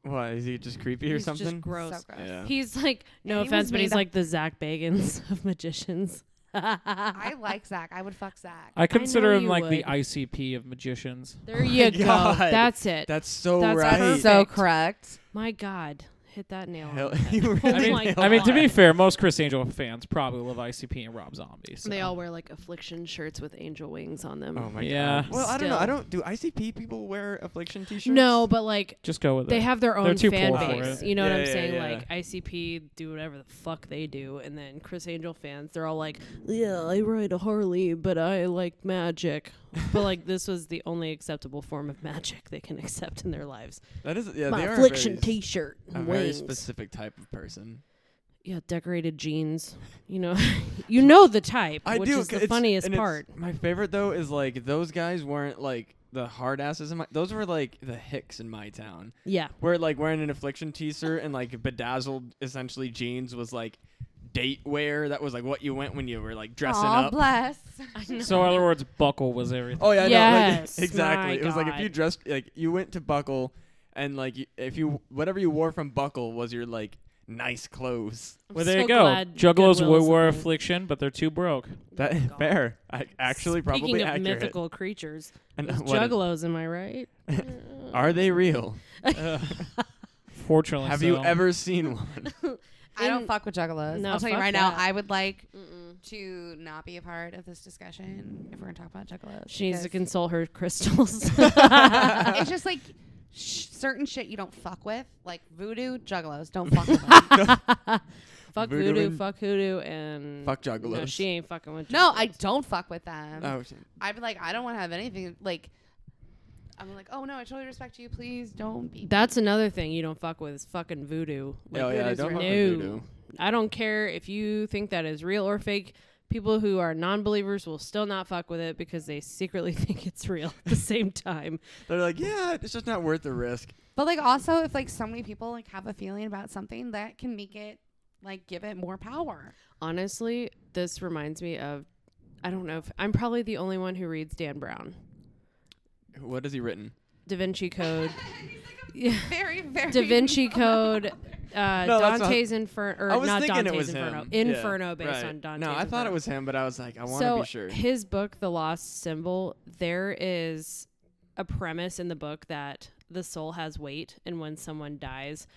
[SPEAKER 1] Why is he just creepy or
[SPEAKER 4] He's just
[SPEAKER 1] something?
[SPEAKER 4] gross.
[SPEAKER 3] So gross.
[SPEAKER 1] Yeah.
[SPEAKER 4] He's like no
[SPEAKER 3] he was
[SPEAKER 4] offense, but
[SPEAKER 3] made
[SPEAKER 4] he's
[SPEAKER 3] up-
[SPEAKER 4] like the Zach Bagans *laughs* of magicians.
[SPEAKER 3] I like Zach. I would fuck Zach.
[SPEAKER 2] I consider him
[SPEAKER 4] you
[SPEAKER 2] like the
[SPEAKER 4] would.
[SPEAKER 2] ICP of magicians.
[SPEAKER 4] *laughs* there you go.
[SPEAKER 1] Oh God.
[SPEAKER 4] That's it.
[SPEAKER 1] That's so
[SPEAKER 4] That's
[SPEAKER 1] right.
[SPEAKER 4] perfect.
[SPEAKER 3] so correct.
[SPEAKER 4] My God, hit that nail. on
[SPEAKER 1] *laughs* Hell-
[SPEAKER 4] the head.
[SPEAKER 1] you really
[SPEAKER 4] I mean-
[SPEAKER 1] nailed
[SPEAKER 2] I mean, to
[SPEAKER 1] it.
[SPEAKER 2] be fair, most Chris Angel fans probably love ICP and Rob Zombie. so.
[SPEAKER 4] They all wear like affliction shirts with angel wings on
[SPEAKER 1] *laughs*
[SPEAKER 4] them.
[SPEAKER 1] Oh my
[SPEAKER 2] Yeah.
[SPEAKER 1] god. Well, I don't know.
[SPEAKER 4] Still.
[SPEAKER 1] I don't. Do ICP people wear affliction T-shirts?
[SPEAKER 4] no, but like
[SPEAKER 2] Just go with
[SPEAKER 4] they
[SPEAKER 2] it.
[SPEAKER 4] have their
[SPEAKER 2] They're
[SPEAKER 4] own
[SPEAKER 2] too
[SPEAKER 4] fan
[SPEAKER 2] poor for
[SPEAKER 4] base.
[SPEAKER 1] it.
[SPEAKER 4] You know
[SPEAKER 1] Yeah,
[SPEAKER 4] what I'm
[SPEAKER 1] yeah,
[SPEAKER 4] saying?
[SPEAKER 1] yeah.
[SPEAKER 4] Like ICP do whatever the fuck they do, and then Chris Angel fans, they're all like, "Yeah, I ride a Harley, but I
[SPEAKER 1] *laughs*
[SPEAKER 4] like magic." but like this was the only acceptable form of magic they can *laughs* accept in their lives.
[SPEAKER 1] That is. Yeah,
[SPEAKER 4] my
[SPEAKER 1] they are
[SPEAKER 4] affliction
[SPEAKER 1] a very,
[SPEAKER 4] T-shirt,
[SPEAKER 1] a
[SPEAKER 4] and
[SPEAKER 1] very
[SPEAKER 4] wings.
[SPEAKER 1] specific type of person.
[SPEAKER 4] yeah, decorated jeans. You know, *laughs* you know the type,
[SPEAKER 1] I
[SPEAKER 4] which
[SPEAKER 1] do.
[SPEAKER 4] is
[SPEAKER 1] c-
[SPEAKER 4] the
[SPEAKER 1] it's-
[SPEAKER 4] funniest
[SPEAKER 1] and it's-
[SPEAKER 4] part.
[SPEAKER 1] My favorite though is like those guys weren't like the hard asses in my. Those were like the hicks in my town. *laughs*
[SPEAKER 4] Yeah.
[SPEAKER 1] where like wearing an affliction t-shirt and like bedazzled essentially jeans was like date wear that was like what you went when you were like dressing
[SPEAKER 3] Aw,
[SPEAKER 1] up
[SPEAKER 3] bless.
[SPEAKER 2] so, in other words, Buckle was everything.
[SPEAKER 1] oh yeah I know, like,
[SPEAKER 4] Yes,
[SPEAKER 1] *laughs*
[SPEAKER 4] my
[SPEAKER 1] exactly it was like if you
[SPEAKER 4] God.
[SPEAKER 1] dressed like you went to buckle and like you, if you whatever you wore from buckle was your like nice clothes
[SPEAKER 4] I'm
[SPEAKER 2] well, there
[SPEAKER 4] so
[SPEAKER 2] you go.
[SPEAKER 4] glad
[SPEAKER 2] Juggalos
[SPEAKER 4] Goodwill
[SPEAKER 2] would
[SPEAKER 4] is a
[SPEAKER 2] wear
[SPEAKER 4] thing.
[SPEAKER 2] affliction, but they're too broke.
[SPEAKER 1] that
[SPEAKER 4] Oh
[SPEAKER 1] *laughs*
[SPEAKER 4] God.
[SPEAKER 1] fair I, actually probably
[SPEAKER 4] Speaking of
[SPEAKER 1] accurate *laughs*
[SPEAKER 2] *laughs*
[SPEAKER 4] mythical creatures,
[SPEAKER 1] and
[SPEAKER 4] those
[SPEAKER 1] what is-
[SPEAKER 4] juggalos, am I right?
[SPEAKER 1] are they real
[SPEAKER 4] Oh,
[SPEAKER 2] Fortunately,
[SPEAKER 1] have you
[SPEAKER 2] so.
[SPEAKER 1] ever
[SPEAKER 4] *laughs*
[SPEAKER 1] seen one *laughs*
[SPEAKER 3] I don't
[SPEAKER 4] In-
[SPEAKER 3] fuck with juggalos.
[SPEAKER 4] No,
[SPEAKER 3] I'll tell you
[SPEAKER 4] fuck
[SPEAKER 3] right now,
[SPEAKER 4] that.
[SPEAKER 3] I would like
[SPEAKER 4] Mm-mm.
[SPEAKER 3] to not be a part of this discussion if we're going to talk about juggalos.
[SPEAKER 4] She needs to
[SPEAKER 3] because
[SPEAKER 4] consult her *laughs*
[SPEAKER 3] *laughs*
[SPEAKER 4] crystals.
[SPEAKER 3] it's
[SPEAKER 4] *laughs*
[SPEAKER 3] just like sh- certain shit you don't fuck with, like voodoo, juggalos. Don't fuck
[SPEAKER 4] *laughs*
[SPEAKER 3] with them.
[SPEAKER 4] fuck
[SPEAKER 1] Voodoo
[SPEAKER 4] voodoo,
[SPEAKER 1] and-
[SPEAKER 4] fuck hoodoo, and
[SPEAKER 1] fuck
[SPEAKER 4] No,
[SPEAKER 1] juggalos
[SPEAKER 4] she ain't fucking with.
[SPEAKER 3] No,
[SPEAKER 4] juggalos.
[SPEAKER 3] I don't fuck with them.
[SPEAKER 1] oh shit.
[SPEAKER 3] I'd be like, I don't want to have anything like. I'm like, oh no, I totally respect you. Please don't be.
[SPEAKER 4] That's another thing you don't fuck with is fucking voodoo. Like,
[SPEAKER 1] oh yeah
[SPEAKER 4] voodoo's
[SPEAKER 1] don't fuck with
[SPEAKER 4] no.
[SPEAKER 1] voodoo.
[SPEAKER 4] I don't care if you think that is real or fake. People who are non believers will still not fuck with it because they secretly *laughs* think it's real at the same time.
[SPEAKER 1] They're like, yeah, it's just not worth the risk.
[SPEAKER 3] But like also if like so many people like have a feeling about something that can make it like give it more power.
[SPEAKER 4] Honestly, this reminds me of I don't know if I'm probably the only one who reads Dan Brown.
[SPEAKER 1] What has he written?
[SPEAKER 4] Da Vinci Code. yeah.
[SPEAKER 3] Very, very
[SPEAKER 4] Da
[SPEAKER 3] *laughs*
[SPEAKER 4] Vinci Code, uh,
[SPEAKER 1] No, that's not-
[SPEAKER 4] Dante's Inferno, or
[SPEAKER 1] I was
[SPEAKER 4] not
[SPEAKER 1] thinking
[SPEAKER 4] Dante's
[SPEAKER 1] it was
[SPEAKER 4] Inferno,
[SPEAKER 1] him. Yeah,
[SPEAKER 4] Inferno based
[SPEAKER 1] right.
[SPEAKER 4] on Dante's.
[SPEAKER 1] No, I thought
[SPEAKER 4] Inferno.
[SPEAKER 1] it was him, but I was like, I want to
[SPEAKER 4] so
[SPEAKER 1] be
[SPEAKER 4] *laughs*
[SPEAKER 1] sure.
[SPEAKER 4] his book, The Lost Symbol, there is a premise in the book that the soul has weight, and when someone dies,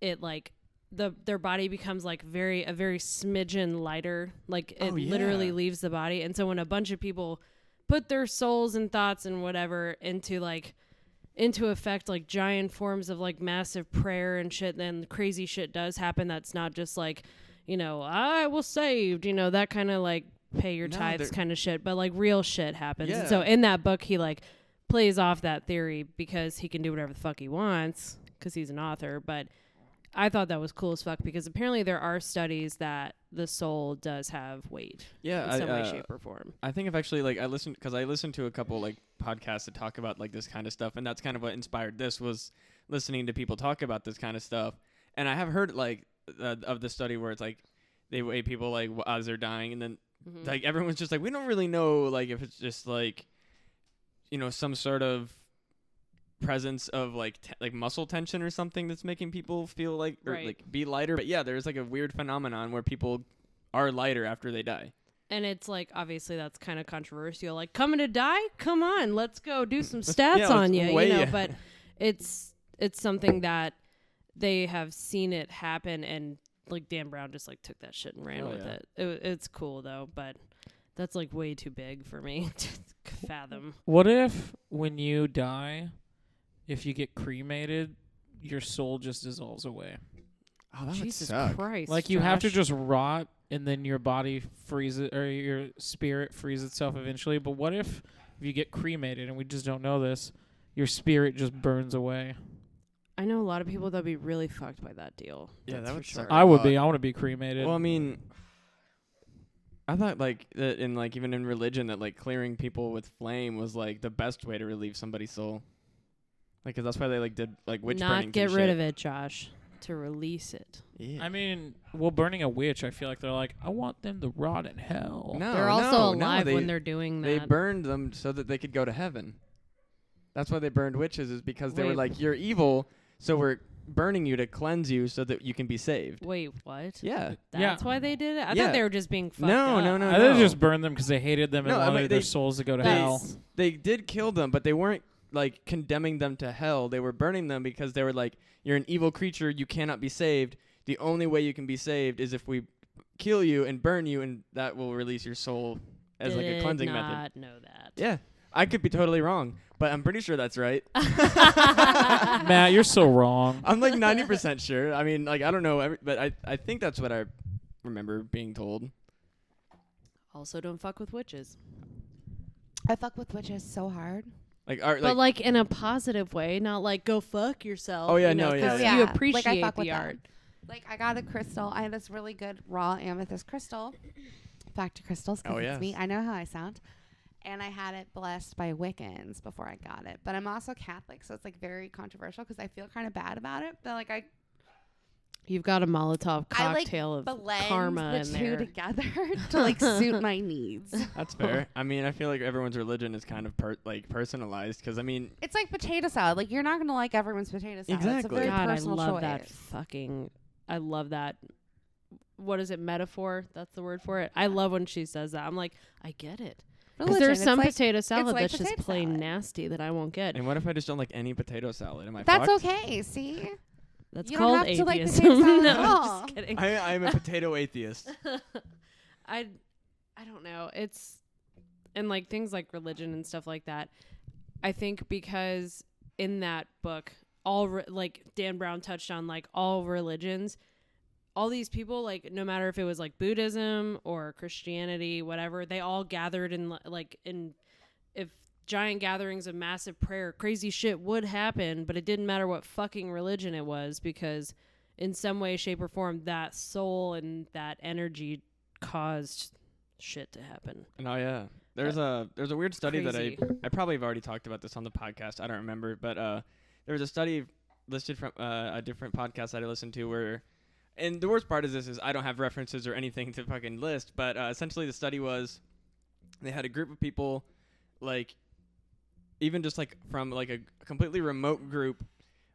[SPEAKER 4] it like the their body becomes like very a very smidgen lighter, like it
[SPEAKER 1] Oh,
[SPEAKER 4] literally
[SPEAKER 1] yeah.
[SPEAKER 4] leaves the body. And so when a bunch of people put their souls and thoughts and whatever into like into effect like giant forms of like massive prayer and shit then crazy shit does happen that's not just like you know i was saved you know that kind of like pay your
[SPEAKER 1] No,
[SPEAKER 4] tithes
[SPEAKER 1] they're-
[SPEAKER 4] kind of shit but like real shit happens And so
[SPEAKER 1] Yeah.
[SPEAKER 4] in that book he like plays off that theory because he can do whatever the fuck he wants because he's an author but i thought that was cool as fuck because apparently there are studies that the soul does have weight
[SPEAKER 1] yeah,
[SPEAKER 4] in
[SPEAKER 1] I,
[SPEAKER 4] some way
[SPEAKER 1] uh,
[SPEAKER 4] shape or form
[SPEAKER 1] I think I've actually like I listened because I listened to a couple like podcasts that talk about like this kind of stuff, and that's kind of what inspired this was listening to people talk about this kind of stuff. And I have heard like uh, of the study where it's like they weigh people like w- as they're dying, and then
[SPEAKER 4] Mm-hmm.
[SPEAKER 1] like everyone's just like we don't really know like if it's just like you know some sort of presence of like te- like muscle tension or something that's making people feel like or
[SPEAKER 4] Right.
[SPEAKER 1] like be lighter. But yeah, there's like a weird phenomenon where people are lighter after they die.
[SPEAKER 4] And it's like obviously that's kind of controversial. Like coming to die, come on, let's go
[SPEAKER 1] *laughs*
[SPEAKER 4] do some stats
[SPEAKER 1] let's
[SPEAKER 4] on you, you
[SPEAKER 1] weigh
[SPEAKER 4] know.
[SPEAKER 1] ya.
[SPEAKER 4] But it's it's something that they have seen it happen, and like Dan Brown just like took that shit and ran
[SPEAKER 1] Oh,
[SPEAKER 4] with
[SPEAKER 1] yeah.
[SPEAKER 4] it. it. It's cool though, but that's like way too big for me *laughs* to fathom.
[SPEAKER 2] What if when you die, if you get cremated, your soul just dissolves away?
[SPEAKER 1] Oh, that
[SPEAKER 4] Jesus Christ!
[SPEAKER 2] like you have to
[SPEAKER 4] Josh.
[SPEAKER 2] just rot and then your body freezes or your spirit frees itself eventually. But what if if you get cremated and we just don't know this, your spirit just burns away?
[SPEAKER 4] I know a lot of people that'd be really fucked by that deal.
[SPEAKER 1] Yeah,
[SPEAKER 4] that's
[SPEAKER 1] that
[SPEAKER 4] for
[SPEAKER 1] would
[SPEAKER 4] sure.
[SPEAKER 1] suck.
[SPEAKER 2] I would
[SPEAKER 1] Uh,
[SPEAKER 2] be. I want to be cremated.
[SPEAKER 1] Well, I mean, I thought like that in like even in religion that like clearing people with flame was like the best way to relieve somebody's soul. Like, 'cause that's why they like did like witch
[SPEAKER 4] Not
[SPEAKER 1] burnings
[SPEAKER 4] get
[SPEAKER 1] and
[SPEAKER 4] rid
[SPEAKER 1] shit.
[SPEAKER 4] of it, Josh. To release it.
[SPEAKER 1] Yeah.
[SPEAKER 2] I mean, well, burning a witch, I feel like they're like, I want them to rot in hell.
[SPEAKER 1] no,
[SPEAKER 4] they're also
[SPEAKER 1] Oh, no, no,
[SPEAKER 4] alive
[SPEAKER 1] they,
[SPEAKER 4] when they're doing
[SPEAKER 1] they
[SPEAKER 4] that.
[SPEAKER 1] burned them so that they could go to heaven. That's why they burned witches is because they were
[SPEAKER 4] Wait.
[SPEAKER 1] like you're evil, so we're burning you to cleanse you so that you can be saved.
[SPEAKER 4] Wait, what?
[SPEAKER 1] Yeah.
[SPEAKER 2] Yeah.
[SPEAKER 4] That's why they did it. I
[SPEAKER 1] Yeah.
[SPEAKER 4] thought they were just being fucked
[SPEAKER 1] No,
[SPEAKER 4] up.
[SPEAKER 1] no, no,
[SPEAKER 2] I
[SPEAKER 1] no.
[SPEAKER 2] think they just burned them because they hated them and
[SPEAKER 1] No, I
[SPEAKER 2] wanted
[SPEAKER 1] mean,
[SPEAKER 2] their
[SPEAKER 1] they-
[SPEAKER 2] souls to go to
[SPEAKER 1] they- *laughs*
[SPEAKER 2] hell.
[SPEAKER 4] That's-
[SPEAKER 1] they did kill them, but they weren't like condemning them to hell. They were burning them because they were like, "You're an evil creature. You cannot be saved. The only way you can be saved is if we kill you and burn you, and that will release your soul as like a
[SPEAKER 4] Did
[SPEAKER 1] cleansing method."
[SPEAKER 4] not know that.
[SPEAKER 1] Yeah, I could be totally wrong, but I'm pretty sure that's
[SPEAKER 4] *laughs*
[SPEAKER 1] right. *laughs*
[SPEAKER 2] Matt, you're so wrong.
[SPEAKER 1] I'm like 90% sure. I mean, like I don't know, every, but I I think that's what I remember being told.
[SPEAKER 4] Also, don't fuck with witches.
[SPEAKER 3] I fuck with witches so hard.
[SPEAKER 1] Like, art,
[SPEAKER 4] but
[SPEAKER 1] like,
[SPEAKER 4] like in a positive way, not like go fuck yourself.
[SPEAKER 1] Oh, yeah,
[SPEAKER 4] you know,
[SPEAKER 1] no, yeah,
[SPEAKER 4] 'cause
[SPEAKER 1] yeah.
[SPEAKER 4] You
[SPEAKER 3] Yeah, like, I
[SPEAKER 4] appreciate
[SPEAKER 3] fuck
[SPEAKER 4] the
[SPEAKER 3] with that.
[SPEAKER 4] art.
[SPEAKER 3] Like I got a crystal. I had this really good raw amethyst crystal. Back to crystals 'cause
[SPEAKER 1] Oh,
[SPEAKER 3] it's me.
[SPEAKER 1] yes.
[SPEAKER 3] I know how I sound. And I had it blessed by Wiccans before I got it. But I'm also Catholic, so it's like very controversial because I feel kind of bad about it. But like I
[SPEAKER 4] You've got a Molotov
[SPEAKER 3] I, like,
[SPEAKER 4] cocktail of
[SPEAKER 3] blend
[SPEAKER 4] karma
[SPEAKER 3] the
[SPEAKER 4] in
[SPEAKER 3] two
[SPEAKER 4] there.
[SPEAKER 3] together *laughs* to like suit my needs.
[SPEAKER 1] that's fair. I mean, I feel like everyone's religion is kind of per- like personalized because I mean,
[SPEAKER 3] It's like potato salad. Like you're not gonna like everyone's potato salad. It's a
[SPEAKER 1] Exactly.
[SPEAKER 3] very
[SPEAKER 4] God, I
[SPEAKER 3] personal
[SPEAKER 4] love
[SPEAKER 3] choice.
[SPEAKER 4] that fucking. I love that. What is it? Metaphor. That's the word for it. I love when she says that. I'm like, I get it. Because
[SPEAKER 3] Religion,
[SPEAKER 4] there's
[SPEAKER 3] it's
[SPEAKER 4] some
[SPEAKER 3] like-
[SPEAKER 4] potato salad
[SPEAKER 3] like
[SPEAKER 4] that's
[SPEAKER 3] potato
[SPEAKER 4] just plain
[SPEAKER 3] salad.
[SPEAKER 4] nasty that I won't
[SPEAKER 1] *laughs*
[SPEAKER 4] get.
[SPEAKER 1] And what if I just don't like any potato salad? Am I
[SPEAKER 3] That's
[SPEAKER 1] fucked?
[SPEAKER 3] okay. See,
[SPEAKER 4] That's
[SPEAKER 3] You don't
[SPEAKER 4] called
[SPEAKER 3] have to like
[SPEAKER 4] atheism.
[SPEAKER 3] potato salad
[SPEAKER 4] *laughs* no,
[SPEAKER 3] at all.
[SPEAKER 4] I'm just kidding. I,
[SPEAKER 1] I, I'm a potato *laughs*
[SPEAKER 3] *laughs*
[SPEAKER 1] atheist.
[SPEAKER 4] *laughs* I, don't know. It's and like things like religion and stuff like that. I think because in that book, all re- like Dan Brown touched on like all religions, all these people like no matter if it was like Buddhism or Christianity, whatever, they all gathered in li- like in if giant gatherings of massive prayer, crazy shit would happen, but it didn't matter what fucking religion it was because in some way, shape, or form, that soul and that energy caused shit to happen.
[SPEAKER 1] No, Oh, yeah. There's a there's a weird study that
[SPEAKER 4] Crazy.
[SPEAKER 1] I I probably have already talked about this on the podcast. I don't remember, but uh, there was a study listed from uh, a different podcast that I listened to where, and the worst part is this is I don't have references or anything to fucking list, but uh, essentially the study was they had a group of people like even just like from like a completely remote group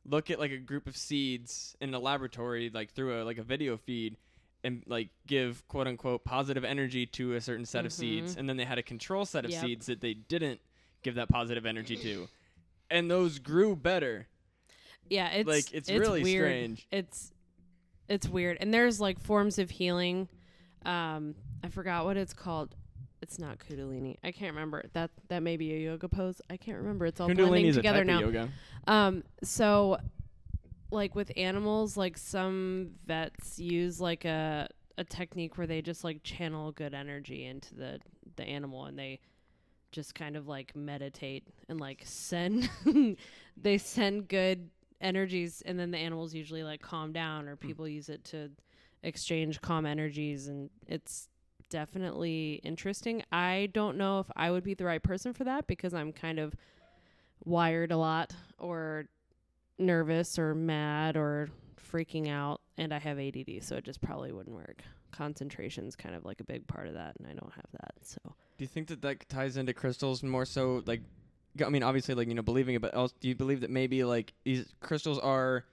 [SPEAKER 1] look at like a group of seeds in a laboratory like through a like a video feed and like give quote unquote positive energy to a certain set of seeds and then they had a control set of
[SPEAKER 4] Mm-hmm. Yep.
[SPEAKER 1] seeds that they didn't give that positive energy to and those grew better
[SPEAKER 4] Yeah, it's
[SPEAKER 1] Like, it's really
[SPEAKER 4] weird.
[SPEAKER 1] strange.
[SPEAKER 4] It's it's weird, and there's like forms of healing. Um, I forgot what it's called. It's not kundalini. I can't remember. That that may be a yoga pose. I can't remember. It's all blending together now.
[SPEAKER 1] yoga
[SPEAKER 4] Um, so like with animals, like some vets use like a a technique where they just like channel good energy into the the animal and they just kind of like meditate and like send *laughs* they send good energies and then the animals usually like calm down or people use it to exchange calm energies and it's definitely interesting. I don't know if I would be the right person for that because I'm kind of wired a lot or nervous or mad or freaking out and I have ADD so it just probably wouldn't work. Concentration's kind of like a big part of that and I don't have that. So
[SPEAKER 1] do you think that that ties into crystals more so like g- i mean obviously like you know believing it but else do you believe that maybe like these crystals are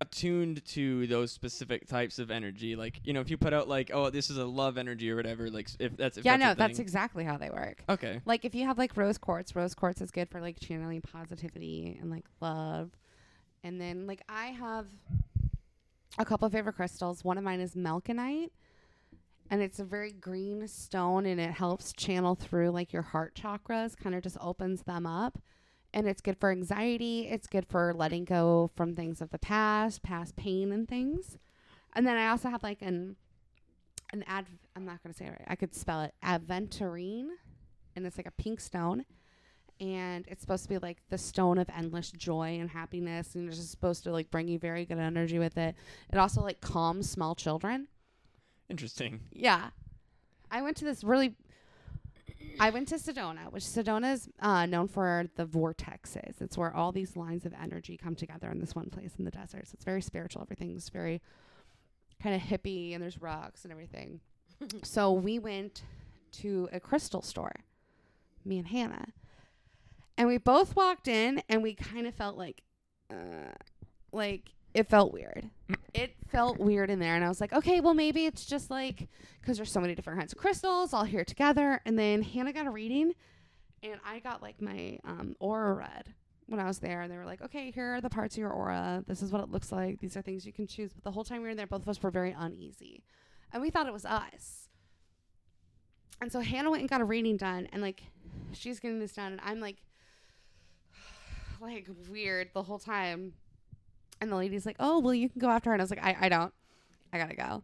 [SPEAKER 1] attuned to those specific types of energy like you know if you put out like oh this is a love energy or whatever like s- if that's if
[SPEAKER 3] yeah,
[SPEAKER 1] that's a
[SPEAKER 3] no, that's
[SPEAKER 1] thing-
[SPEAKER 3] exactly how they work.
[SPEAKER 1] okay
[SPEAKER 3] Like if you have like rose quartz, rose quartz is good for like channeling positivity and like love. And then like I have a couple of favorite crystals. One of mine is melkonite. And it's a very green stone and it helps channel through like your heart chakras, kind of just opens them up. And it's good for anxiety. It's good for letting go from things of the past, past pain and things. And then I also have like an an ad I'm not gonna say it right. I could spell it aventurine and it's like a pink stone and it's supposed to be like the stone of endless joy and happiness and it's just supposed to like bring you very good energy with it it also like calms small children
[SPEAKER 1] interesting
[SPEAKER 3] yeah i went to this really i went to sedona which sedona is uh, known for the vortexes it's where all these lines of energy come together in this one place in the desert so it's very spiritual everything's very kind of hippie and there's rocks and everything so we went to a crystal store me and Hannah. And we both walked in and we kind of felt like, uh, like it felt weird. It felt weird in there. And I was like, okay, well, maybe it's just like, because there's so many different kinds of crystals all here together. And then Hannah got a reading and I got like my um, aura read when I was there. And they were like, okay, here are the parts of your aura. This is what it looks like. These are things you can choose. But the whole time we were there, both of us were very uneasy. And we thought it was us. And so Hannah went and got a reading done, and like she's getting this done, and I'm like, *sighs* like weird the whole time. And the lady's like, "Oh, well, you can go after her," and I was like, "I, I don't. I gotta go."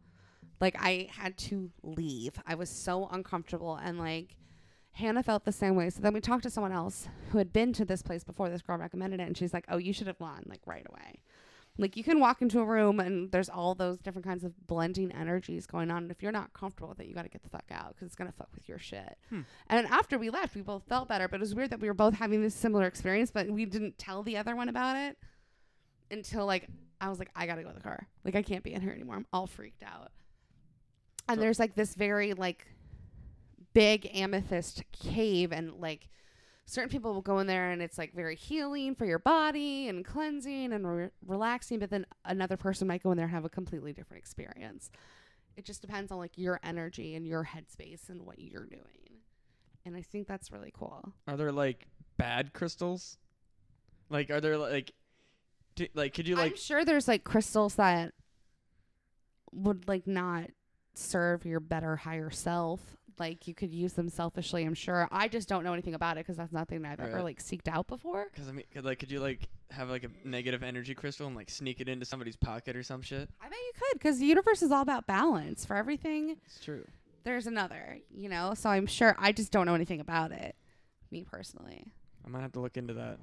[SPEAKER 3] Like I had to leave. I was so uncomfortable, and like Hannah felt the same way. So then we talked to someone else who had been to this place before. This girl recommended it, and she's like, "Oh, you should have gone like right away." Like you can walk into a room and there's all those different kinds of blending energies going on. And if you're not comfortable with it, you got to get the fuck out because it's gonna fuck with your shit. And after we left, we both felt better, but it was weird that we were both having this similar experience, but we didn't tell the other one about it until like I was like, I gotta go to the car. Like I can't be in here anymore. I'm all freaked out. And
[SPEAKER 1] So-
[SPEAKER 3] there's like this very like big amethyst cave and like certain people will go in there and it's like very healing for your body and cleansing and re- relaxing but then another person might go in there and have a completely different experience it just depends on like your energy and your headspace and what you're doing and i think that's really cool
[SPEAKER 1] are there like bad crystals like are there like do, like could you like
[SPEAKER 3] i'm sure there's like crystals that would like not serve your better higher self like you could use them selfishly i'm sure i just don't know anything about it because that's nothing that i've ever
[SPEAKER 1] Right.
[SPEAKER 3] like seeked out before
[SPEAKER 1] Cause I mean, could, like, could you like have like a negative energy crystal and like sneak it into somebody's pocket or some shit?
[SPEAKER 3] I bet you could, because the universe is all about balance. For everything,
[SPEAKER 1] It's true.
[SPEAKER 3] there's another, you know? So I'm sure I just don't know anything about it, me personally.
[SPEAKER 1] I might have to look into that.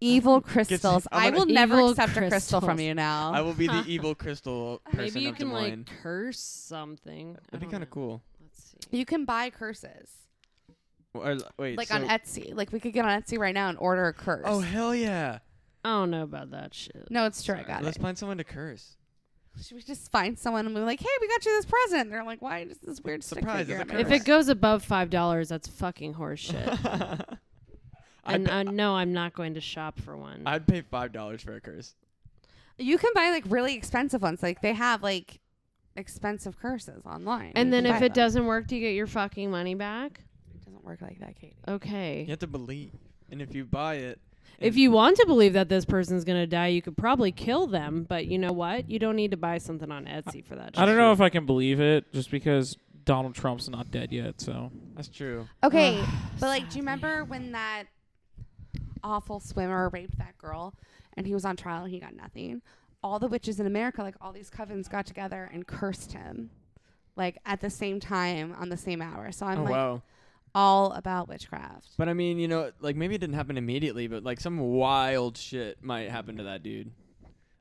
[SPEAKER 3] Evil
[SPEAKER 1] Gets-
[SPEAKER 3] crystals.
[SPEAKER 1] I'm
[SPEAKER 3] I
[SPEAKER 1] gonna-
[SPEAKER 3] will never
[SPEAKER 4] Evil
[SPEAKER 3] accept a crystal from
[SPEAKER 4] crystals.
[SPEAKER 3] you now.
[SPEAKER 4] *laughs*
[SPEAKER 1] I will be the evil crystal person
[SPEAKER 4] maybe you
[SPEAKER 1] of
[SPEAKER 4] can
[SPEAKER 1] Des Moines.
[SPEAKER 4] like curse something. I
[SPEAKER 1] That'd be
[SPEAKER 4] don't
[SPEAKER 1] kind of
[SPEAKER 4] know.
[SPEAKER 1] cool.
[SPEAKER 4] That's see.
[SPEAKER 3] You can buy curses.
[SPEAKER 1] Or, l- wait,
[SPEAKER 3] Like
[SPEAKER 1] so-
[SPEAKER 3] on Etsy. Like we could get on Etsy right now and order a curse.
[SPEAKER 1] Oh hell yeah!
[SPEAKER 4] I don't know about that shit.
[SPEAKER 3] no, it's true. I got
[SPEAKER 1] Let's
[SPEAKER 3] it.
[SPEAKER 1] find someone to curse.
[SPEAKER 4] *laughs*
[SPEAKER 3] Should we just find someone and be like, "Hey, we got you this present." And they're like, "Why is this weird stick
[SPEAKER 1] Surprise,
[SPEAKER 3] figure
[SPEAKER 1] it's
[SPEAKER 3] in
[SPEAKER 1] a
[SPEAKER 3] my
[SPEAKER 4] If
[SPEAKER 1] curse.
[SPEAKER 3] purse?"
[SPEAKER 4] it goes above five dollars, that's
[SPEAKER 1] *laughs*
[SPEAKER 4] fucking horseshit.
[SPEAKER 1] I'd,
[SPEAKER 4] and
[SPEAKER 1] pa-
[SPEAKER 4] uh, no, I'm not going to shop for one.
[SPEAKER 1] I'd pay five dollars for a curse.
[SPEAKER 3] you can buy like really expensive ones. Like they have like expensive curses online.
[SPEAKER 4] and
[SPEAKER 3] You
[SPEAKER 4] then
[SPEAKER 3] can
[SPEAKER 4] if
[SPEAKER 3] buy
[SPEAKER 4] it
[SPEAKER 3] them.
[SPEAKER 4] doesn't work, do you get your fucking money back?
[SPEAKER 3] it doesn't work like that, Katie.
[SPEAKER 4] Okay.
[SPEAKER 1] You have to believe, and if you buy it,
[SPEAKER 4] If you want to believe that this person's going to die, you could probably kill them, but you know what? You don't need to buy something on Etsy for that.
[SPEAKER 2] I
[SPEAKER 4] shit.
[SPEAKER 2] don't know if I can believe it, just because Donald Trump's not dead yet. So
[SPEAKER 1] that's true.
[SPEAKER 3] Okay, but like, do you remember when that awful swimmer raped that girl, and he was on trial and he got nothing? All the witches in America, like all these covens, got together and cursed him, like at the same time on the same hour. So I'm
[SPEAKER 1] oh
[SPEAKER 3] like
[SPEAKER 1] wow!
[SPEAKER 3] all about witchcraft.
[SPEAKER 1] But I mean, you know, like maybe it didn't happen immediately, but like some wild shit might happen to that dude,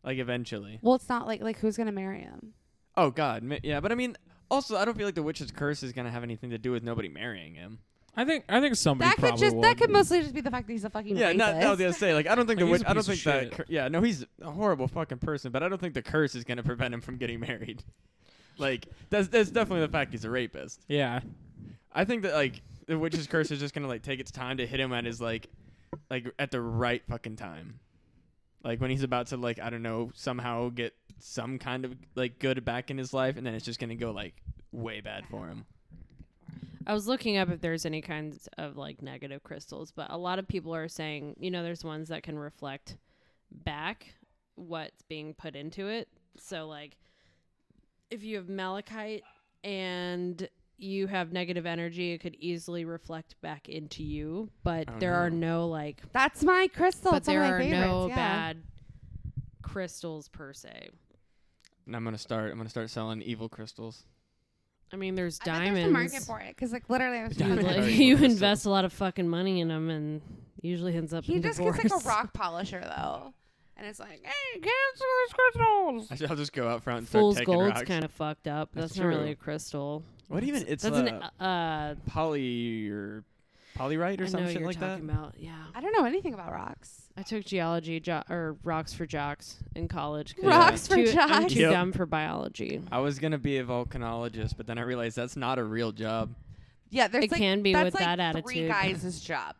[SPEAKER 1] like eventually.
[SPEAKER 3] Well, it's not like like who's gonna marry him?
[SPEAKER 1] Oh God, ma- yeah. But I mean, also, I don't feel like the witch's curse is gonna have anything to do with nobody marrying him.
[SPEAKER 2] I think I think somebody
[SPEAKER 3] that could
[SPEAKER 2] probably
[SPEAKER 3] just
[SPEAKER 2] would.
[SPEAKER 3] that could mostly just be the fact that he's a fucking
[SPEAKER 1] Yeah,
[SPEAKER 3] rapist.
[SPEAKER 1] not, I was gonna say, like, I don't think the
[SPEAKER 2] Like, he's
[SPEAKER 1] witch.
[SPEAKER 2] a
[SPEAKER 1] I don't
[SPEAKER 2] piece
[SPEAKER 1] think
[SPEAKER 2] of
[SPEAKER 1] that.
[SPEAKER 2] shit.
[SPEAKER 1] Cur- yeah, no, he's a horrible fucking person, but I don't think the curse is gonna prevent him from getting married. *laughs* like, that's that's definitely the fact he's a rapist.
[SPEAKER 2] yeah,
[SPEAKER 1] I think that like the witch's curse is just gonna like take its time to hit him at his like, like at the right fucking time, like when he's about to like I don't know somehow get some kind of like good back in his life, and then it's just gonna go like way bad for him.
[SPEAKER 4] I was looking up if there's any kinds of like negative crystals, but a lot of people are saying, you know, there's ones that can reflect back what's being put into it. So, like, if you have malachite and you have negative energy, it could easily reflect back into you, but
[SPEAKER 1] Oh,
[SPEAKER 4] there
[SPEAKER 1] no.
[SPEAKER 4] are no like,
[SPEAKER 3] That's my crystal.
[SPEAKER 4] but
[SPEAKER 3] it's one
[SPEAKER 4] there
[SPEAKER 3] of my
[SPEAKER 4] are
[SPEAKER 3] favorites.
[SPEAKER 4] no
[SPEAKER 3] yeah.
[SPEAKER 4] bad crystals per se.
[SPEAKER 1] And I'm gonna start. I'm gonna start selling evil crystals. *laughs*
[SPEAKER 4] I mean, there's
[SPEAKER 3] I bet
[SPEAKER 4] diamonds.
[SPEAKER 3] There's a market
[SPEAKER 4] *laughs*
[SPEAKER 3] for it because like literally, I was
[SPEAKER 1] Diamond
[SPEAKER 3] just
[SPEAKER 1] Diamonds are
[SPEAKER 4] Like,
[SPEAKER 3] like,
[SPEAKER 1] evil
[SPEAKER 4] you
[SPEAKER 1] crystals.
[SPEAKER 4] invest a lot of fucking money in them and usually ends
[SPEAKER 3] *laughs*
[SPEAKER 4] up
[SPEAKER 3] he
[SPEAKER 4] in
[SPEAKER 3] just
[SPEAKER 4] divorce.
[SPEAKER 3] gets like a rock polisher though, and it's like, hey, cancel these crystals.
[SPEAKER 1] I should- I'll just go out front and start
[SPEAKER 4] Fool's
[SPEAKER 1] taking
[SPEAKER 4] gold's
[SPEAKER 1] rocks.
[SPEAKER 4] kind of fucked up.
[SPEAKER 1] That's
[SPEAKER 4] That's, not really
[SPEAKER 1] true.
[SPEAKER 4] a crystal.
[SPEAKER 1] What even? It's
[SPEAKER 4] That's
[SPEAKER 1] uh,
[SPEAKER 4] an uh,
[SPEAKER 1] poly or polyrite
[SPEAKER 4] I
[SPEAKER 1] or
[SPEAKER 4] know
[SPEAKER 1] some
[SPEAKER 4] what
[SPEAKER 1] shit
[SPEAKER 4] you're
[SPEAKER 1] like that.
[SPEAKER 4] talking about. Yeah,
[SPEAKER 3] I don't know anything about rocks.
[SPEAKER 4] I took geology jo- or rocks for jocks in college. 'cause
[SPEAKER 3] Rocks
[SPEAKER 4] I'm
[SPEAKER 3] for
[SPEAKER 4] too, I'm
[SPEAKER 3] jocks.
[SPEAKER 4] too
[SPEAKER 1] Yep.
[SPEAKER 4] dumb
[SPEAKER 3] *laughs*
[SPEAKER 4] for biology.
[SPEAKER 1] I was gonna be a volcanologist, but then I realized that's not a real job.
[SPEAKER 3] Yeah, there's
[SPEAKER 4] It
[SPEAKER 3] like,
[SPEAKER 4] can be
[SPEAKER 3] that's
[SPEAKER 4] with
[SPEAKER 3] like
[SPEAKER 4] that
[SPEAKER 3] Three
[SPEAKER 4] attitude.
[SPEAKER 3] guys' job.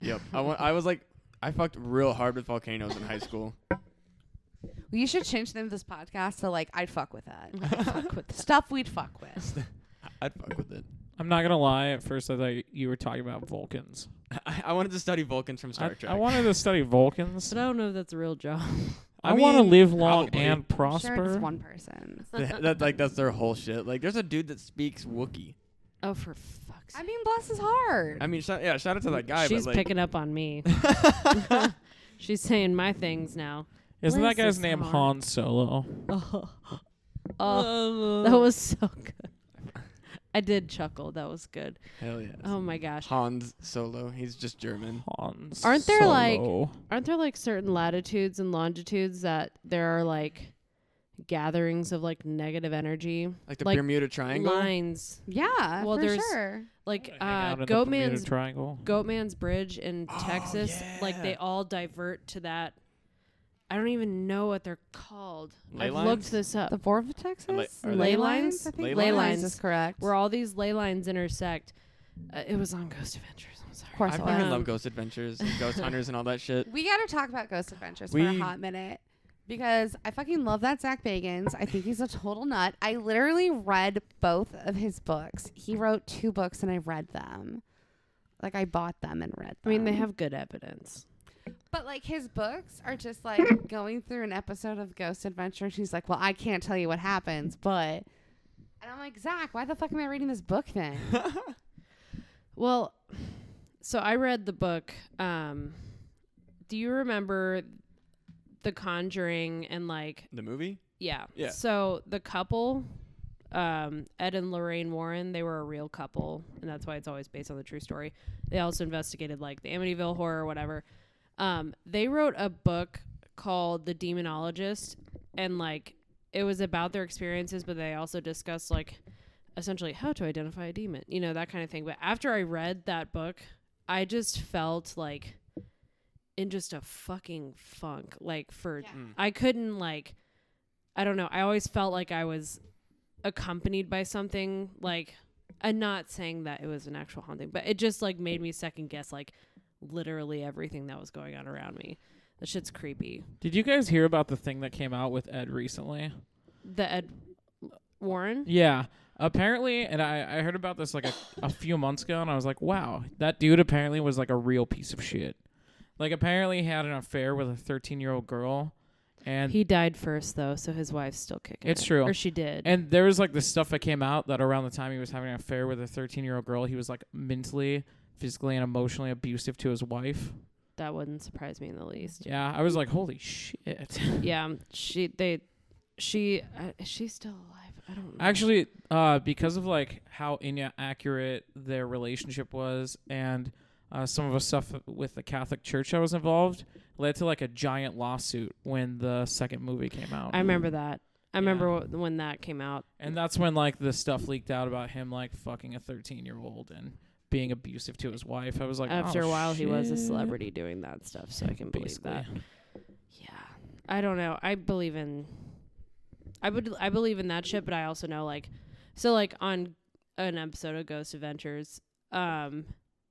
[SPEAKER 1] Yep. I wa- I was like, I fucked real hard with volcanoes in high school.
[SPEAKER 3] You should change the name of this podcast to like I'd fuck with that
[SPEAKER 4] *laughs* Fuck with that.
[SPEAKER 3] stuff we'd fuck with.
[SPEAKER 1] I'd fuck with it.
[SPEAKER 2] I'm not gonna lie. At first, I thought you were talking about Vulcans.
[SPEAKER 1] *laughs* I, I wanted to study Vulcans from
[SPEAKER 2] I,
[SPEAKER 1] Star
[SPEAKER 2] I
[SPEAKER 1] Trek.
[SPEAKER 4] *laughs*
[SPEAKER 2] wanted to study Vulcans.
[SPEAKER 4] But I don't know if that's a
[SPEAKER 1] *laughs*
[SPEAKER 4] real job.
[SPEAKER 2] I, want to
[SPEAKER 1] mean,
[SPEAKER 2] live long
[SPEAKER 1] probably.
[SPEAKER 2] and
[SPEAKER 3] I'm Sure, it's
[SPEAKER 2] prosper.
[SPEAKER 3] one person.
[SPEAKER 1] That, that- like that's their whole shit. Like, there's a dude that speaks Wookiee.
[SPEAKER 4] oh, for fuck's
[SPEAKER 3] I
[SPEAKER 4] sake!
[SPEAKER 3] mean, bless is hard.
[SPEAKER 1] I mean, shout, yeah, shout out to that guy.
[SPEAKER 4] She's
[SPEAKER 1] but like,
[SPEAKER 4] picking up on
[SPEAKER 1] *laughs*
[SPEAKER 4] me. *laughs* She's saying my things now.
[SPEAKER 2] Isn't
[SPEAKER 4] What
[SPEAKER 2] that
[SPEAKER 4] is
[SPEAKER 2] guy's
[SPEAKER 4] this
[SPEAKER 2] name
[SPEAKER 4] hard?
[SPEAKER 2] Han Solo?
[SPEAKER 4] Oh, oh, that was so good. I did chuckle. That was good.
[SPEAKER 1] hell yeah.
[SPEAKER 4] Oh my gosh.
[SPEAKER 1] Hans Solo. He's just German.
[SPEAKER 2] Han.
[SPEAKER 4] Aren't there, like-
[SPEAKER 2] Solo.
[SPEAKER 4] Aren't there like certain latitudes and longitudes that there are like gatherings of like negative energy
[SPEAKER 1] Like the
[SPEAKER 4] Like,
[SPEAKER 1] Bermuda Triangle.
[SPEAKER 4] lines?
[SPEAKER 3] yeah,
[SPEAKER 4] Well,
[SPEAKER 3] for
[SPEAKER 4] there's-
[SPEAKER 3] sure.
[SPEAKER 4] Like
[SPEAKER 2] Hang
[SPEAKER 4] uh,
[SPEAKER 2] out in the Bermuda
[SPEAKER 4] Goatman's
[SPEAKER 2] Triangle.
[SPEAKER 4] Goatman's Bridge in
[SPEAKER 1] Oh,
[SPEAKER 4] Texas. Like they
[SPEAKER 1] yeah.
[SPEAKER 4] all divert to that. I don't even know what they're called.
[SPEAKER 1] Ley
[SPEAKER 4] I've
[SPEAKER 1] lines?
[SPEAKER 4] looked this up.
[SPEAKER 3] The vortexes,
[SPEAKER 1] Are they- are
[SPEAKER 4] Ley they- lines?
[SPEAKER 3] I think
[SPEAKER 1] Ley
[SPEAKER 3] ley lines
[SPEAKER 4] lines.
[SPEAKER 3] is correct.
[SPEAKER 4] Where all these ley lines intersect. Uh, it was on Ghost Adventures. I'm sorry.
[SPEAKER 3] of course,
[SPEAKER 1] I
[SPEAKER 3] it
[SPEAKER 1] fucking
[SPEAKER 3] was.
[SPEAKER 1] love
[SPEAKER 4] Um,
[SPEAKER 1] Ghost Adventures, and Ghost Hunters, and all that
[SPEAKER 4] *laughs*
[SPEAKER 1] shit.
[SPEAKER 3] we got to talk about Ghost Adventures for a
[SPEAKER 1] We-
[SPEAKER 3] hot minute because I fucking love that Zach Bagans. I think he's a total nut. I literally read both of his books. He wrote two books and I read them. Like I bought them and read them.
[SPEAKER 4] I mean, they have good evidence.
[SPEAKER 3] But like his books are just like *laughs* going through an episode of Ghost Adventure. And she's like, "Well, I can't tell you what happens, but," and I'm like, "Zach, why the fuck am I reading this book then?"
[SPEAKER 4] Well, so I read the book. Um, do you remember The Conjuring and like
[SPEAKER 1] The movie?
[SPEAKER 4] yeah?
[SPEAKER 1] Yeah.
[SPEAKER 4] So the couple, um, Ed and Lorraine Warren, they were a real couple, and that's why it's always based on the true story. They also investigated like the Amityville horror or whatever. Um, they wrote a book called The Demonologist, and like it was about their experiences, but they also discussed like essentially how to identify a demon, you know, that kind of thing. But after I read that book, I just felt like in just a fucking funk. Like for
[SPEAKER 3] Yeah.
[SPEAKER 1] Mm.
[SPEAKER 4] I couldn't like I don't know. I always felt like I was accompanied by something like and not saying that it was an actual haunting, but it just like made me second guess like literally everything that was going on around me. That shit's creepy.
[SPEAKER 2] Did you guys hear about the thing that came out with Ed recently?
[SPEAKER 4] The Ed Warren?
[SPEAKER 2] Yeah. Apparently, and I, I heard about this like a, a few months ago, and I was like, wow, that dude apparently was like a real piece of shit. Like, apparently, he had an affair with a 13 year old girl. And
[SPEAKER 4] He died first though, so his wife's still kicking.
[SPEAKER 2] It's
[SPEAKER 4] it.
[SPEAKER 2] true.
[SPEAKER 4] Or she did.
[SPEAKER 2] And there was like this stuff that came out that around the time he was having an affair with a 13 year old girl, he was like mentally, physically, and emotionally abusive to his wife.
[SPEAKER 4] that wouldn't surprise me in the least.
[SPEAKER 2] Yeah, I was like, holy shit.
[SPEAKER 4] Yeah, um, she they she uh, is she still alive? I don't know.
[SPEAKER 2] Actually, uh, because of like how inaccurate their relationship was and uh, some of the stuff with the Catholic Church that was involved led to like a giant lawsuit when the second movie came out.
[SPEAKER 4] I remember that. I
[SPEAKER 2] Yeah.
[SPEAKER 4] remember wh- when that came out.
[SPEAKER 2] and that's when like the stuff leaked out about him like fucking a 13 year old and being abusive to his wife. I was like, oh,
[SPEAKER 4] After a while, he was a
[SPEAKER 2] shit.
[SPEAKER 4] celebrity doing that stuff, so I can believe
[SPEAKER 2] Basically.
[SPEAKER 4] that. Yeah, I don't know. I believe in, I would, I believe in that shit, but I also know like, so like on an episode of Ghost Adventures, um,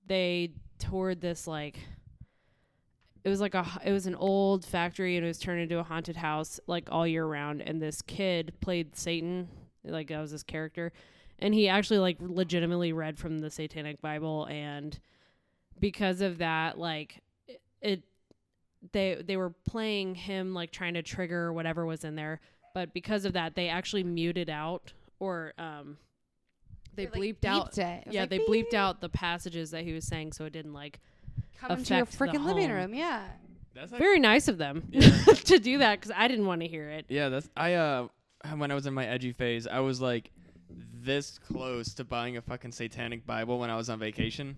[SPEAKER 4] they toured this like, it was like a, h- it was an old factory and it was turned into a haunted house like all year round, and this kid played Satan, like that was his character, and he actually like legitimately read from the Satanic Bible and. Because of that, like it- it they they were playing him like trying to trigger whatever was in there but because of that they actually muted out or um they
[SPEAKER 3] They, like,
[SPEAKER 4] bleeped out
[SPEAKER 3] beeped it. It was
[SPEAKER 4] yeah
[SPEAKER 3] like,
[SPEAKER 4] they
[SPEAKER 3] "Beep."
[SPEAKER 4] bleeped out the passages that he was saying so it didn't like
[SPEAKER 3] Come into your
[SPEAKER 4] affect the
[SPEAKER 3] freaking living
[SPEAKER 4] home.
[SPEAKER 3] room. Yeah.
[SPEAKER 1] That's
[SPEAKER 4] very nice of them
[SPEAKER 1] Yeah.
[SPEAKER 4] *laughs* to do that because i didn't want to hear it
[SPEAKER 1] Yeah, that's I uh when I was in my edgy phase, I was like this close to buying a fucking satanic Bible when I was on vacation.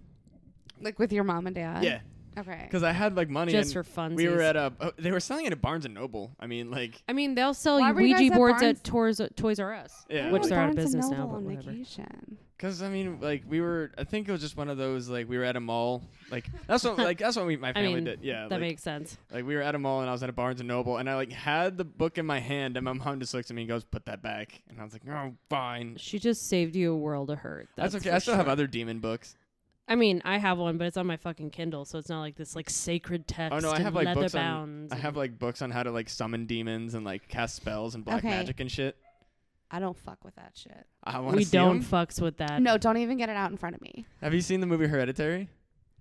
[SPEAKER 3] Like with your mom and dad.
[SPEAKER 1] Yeah,
[SPEAKER 3] Okay.
[SPEAKER 1] because I had like money.
[SPEAKER 4] just for
[SPEAKER 1] and
[SPEAKER 4] fun
[SPEAKER 1] we were at a. oh, they were selling it at Barnes and Noble. I mean, like
[SPEAKER 4] i mean they'll sell
[SPEAKER 3] Why
[SPEAKER 4] you
[SPEAKER 3] were you guys
[SPEAKER 4] ouija
[SPEAKER 3] at
[SPEAKER 4] boards
[SPEAKER 3] Barnes-
[SPEAKER 4] at toys, toys r us
[SPEAKER 1] yeah,
[SPEAKER 4] Which
[SPEAKER 1] like-
[SPEAKER 4] they're out of
[SPEAKER 3] Barnes and
[SPEAKER 4] business now,
[SPEAKER 3] Noble
[SPEAKER 4] but
[SPEAKER 3] on
[SPEAKER 4] whatever.
[SPEAKER 3] vacation.
[SPEAKER 1] Cause I mean, like we were. I think it was just one of those like we were at a mall. Like that's what like that's what we my
[SPEAKER 4] *laughs* i
[SPEAKER 1] family
[SPEAKER 4] mean
[SPEAKER 1] did. Yeah,
[SPEAKER 4] that
[SPEAKER 1] like,
[SPEAKER 4] makes sense
[SPEAKER 1] like we were at a mall and I was at a Barnes and Noble and I like had the book in my hand and my mom just looks at me and goes, "Put that back." And I was like, "Oh, fine."
[SPEAKER 4] she just saved you a world of hurt
[SPEAKER 1] That's,
[SPEAKER 4] that's,
[SPEAKER 1] okay.
[SPEAKER 4] for
[SPEAKER 1] I still have
[SPEAKER 4] sure.
[SPEAKER 1] other demon books.
[SPEAKER 4] I mean, I have one, but it's on my fucking Kindle, so it's not like this like sacred text.
[SPEAKER 1] Oh no, I
[SPEAKER 4] and
[SPEAKER 1] have like
[SPEAKER 4] leather
[SPEAKER 1] books on.
[SPEAKER 4] bound.
[SPEAKER 1] I have like books on how to like summon demons and like cast spells and black
[SPEAKER 3] Okay.
[SPEAKER 1] magic and shit.
[SPEAKER 3] I don't fuck with that shit.
[SPEAKER 1] I want
[SPEAKER 4] we
[SPEAKER 1] to see
[SPEAKER 4] don't
[SPEAKER 1] 'em.
[SPEAKER 4] fucks with that.
[SPEAKER 3] No, don't even get it out in front of me.
[SPEAKER 1] Have you seen the movie Hereditary?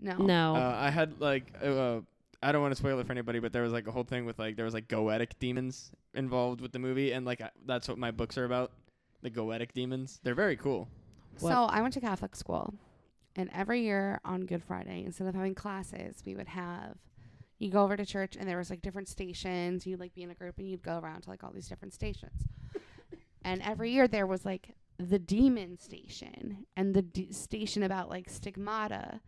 [SPEAKER 3] No.
[SPEAKER 4] no.
[SPEAKER 1] Uh, I had like uh, uh, I don't want to spoil it for anybody, but there was like a whole thing with like there was like goetic demons involved with the movie, and like I, that's what my books are about. The goetic demons. They're very cool.
[SPEAKER 4] What?
[SPEAKER 3] So I went to Catholic school, and every year on Good Friday, instead of having classes, we would have you go over to church, and there was like different stations. You'd like be in a group, and you'd go around to like all these different stations. and every year there was like the demon station and the d- station about like stigmata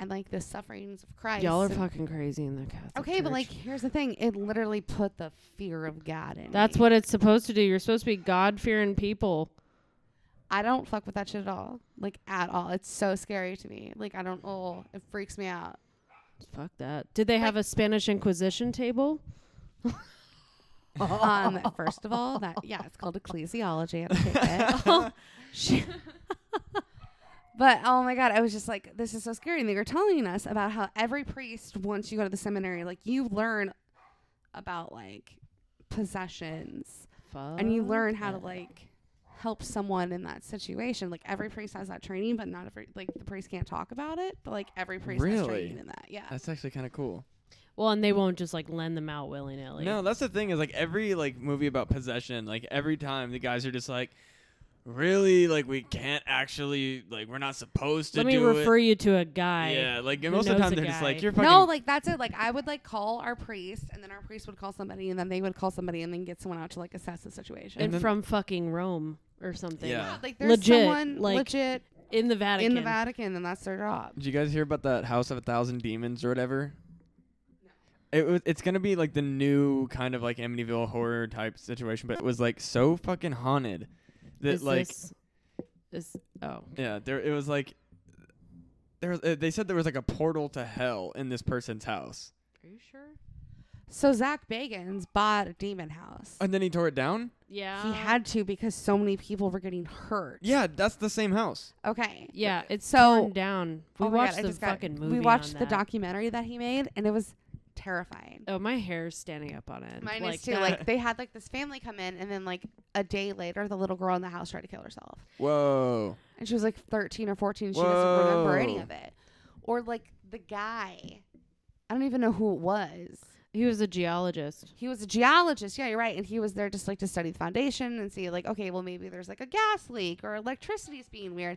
[SPEAKER 3] and like the sufferings of Christ.
[SPEAKER 4] Y'all are
[SPEAKER 3] and-
[SPEAKER 4] fucking crazy in the Catholic.
[SPEAKER 3] Okay, but like here's the thing: it literally put the fear of God in.
[SPEAKER 4] that's
[SPEAKER 3] me.
[SPEAKER 4] what it's supposed to do. You're supposed to be God fearing people.
[SPEAKER 3] I don't fuck with that shit at all. Like at all. It's so scary to me. Like I don't. Oh, it freaks me out.
[SPEAKER 4] Fuck that. Did they have a Spanish Inquisition table?
[SPEAKER 3] Um, first of all, that yeah, it's called ecclesiology. I take it. *laughs* She- but oh my god, I was just like, this is so scary. And they were telling us about how every priest, once you go to the seminary, like you learn about like possessions,
[SPEAKER 4] Fuck.
[SPEAKER 3] and you learn how to
[SPEAKER 4] that.
[SPEAKER 3] like help someone in that situation. Like every priest has that training, but not every like the priest can't talk about it. But like every priest has
[SPEAKER 1] Really?
[SPEAKER 3] training in that. Yeah.
[SPEAKER 1] That's actually kind of cool.
[SPEAKER 4] Well, and they won't just like lend them out willy nilly.
[SPEAKER 1] No, that's the thing is like every like movie about possession, like every time the guys are just like, really, like we can't actually, like we're not supposed to
[SPEAKER 4] Let me
[SPEAKER 1] do
[SPEAKER 4] refer
[SPEAKER 1] it.
[SPEAKER 4] you to a guy.
[SPEAKER 1] yeah, like
[SPEAKER 4] who
[SPEAKER 1] most of the
[SPEAKER 4] knows
[SPEAKER 1] time
[SPEAKER 4] a
[SPEAKER 1] they're just like
[SPEAKER 4] guy.
[SPEAKER 1] you're fucking.
[SPEAKER 3] no, like that's it. Like I would like call our priest, and then our priest would call somebody, and then they would call somebody, and then get someone out to like assess the situation.
[SPEAKER 4] and,
[SPEAKER 1] then-
[SPEAKER 4] from fucking Rome or something.
[SPEAKER 1] Yeah.
[SPEAKER 3] Yeah, like there's
[SPEAKER 4] Legit,
[SPEAKER 3] someone
[SPEAKER 4] like,
[SPEAKER 3] legit
[SPEAKER 4] in the Vatican.
[SPEAKER 3] in the Vatican, and that's their job.
[SPEAKER 1] Did you guys hear about that House of a Thousand Demons or whatever? It was, it's gonna be like the new kind of like Amityville horror type situation, but it was like so fucking haunted that
[SPEAKER 4] Is
[SPEAKER 1] like
[SPEAKER 4] this Is oh
[SPEAKER 1] Yeah, there it was like there was, uh, they said there was like a portal to hell in this person's house.
[SPEAKER 4] are you sure?
[SPEAKER 3] So Zach Bagans bought a demon house.
[SPEAKER 1] And then he tore it down?
[SPEAKER 4] Yeah.
[SPEAKER 3] he had to because so many people were getting hurt.
[SPEAKER 1] Oh, Yeah, that's the same house.
[SPEAKER 3] Okay.
[SPEAKER 4] Yeah, it's
[SPEAKER 3] So-
[SPEAKER 4] so down. We
[SPEAKER 3] Oh my God,
[SPEAKER 4] watched
[SPEAKER 3] I
[SPEAKER 4] the
[SPEAKER 3] just got-
[SPEAKER 4] fucking movie.
[SPEAKER 3] We watched
[SPEAKER 4] on
[SPEAKER 3] the
[SPEAKER 4] that.
[SPEAKER 3] documentary that he made, and it was terrifying.
[SPEAKER 4] Oh, my hair's standing up on it.
[SPEAKER 3] Mine
[SPEAKER 4] like
[SPEAKER 3] is too.
[SPEAKER 4] that.
[SPEAKER 3] Like they had like this family come in, and then like a day later, the little girl in the house tried to kill herself,
[SPEAKER 1] Whoa.
[SPEAKER 3] and she was like 13 or 14. She doesn't remember any
[SPEAKER 1] Whoa.
[SPEAKER 3] of it, or like the guy. I don't even know who it was.
[SPEAKER 4] *laughs* he was a geologist.
[SPEAKER 3] He was a geologist. Yeah, you're right. And he was there just like to study the foundation and see like, okay, well maybe there's like a gas leak or electricity's being weird.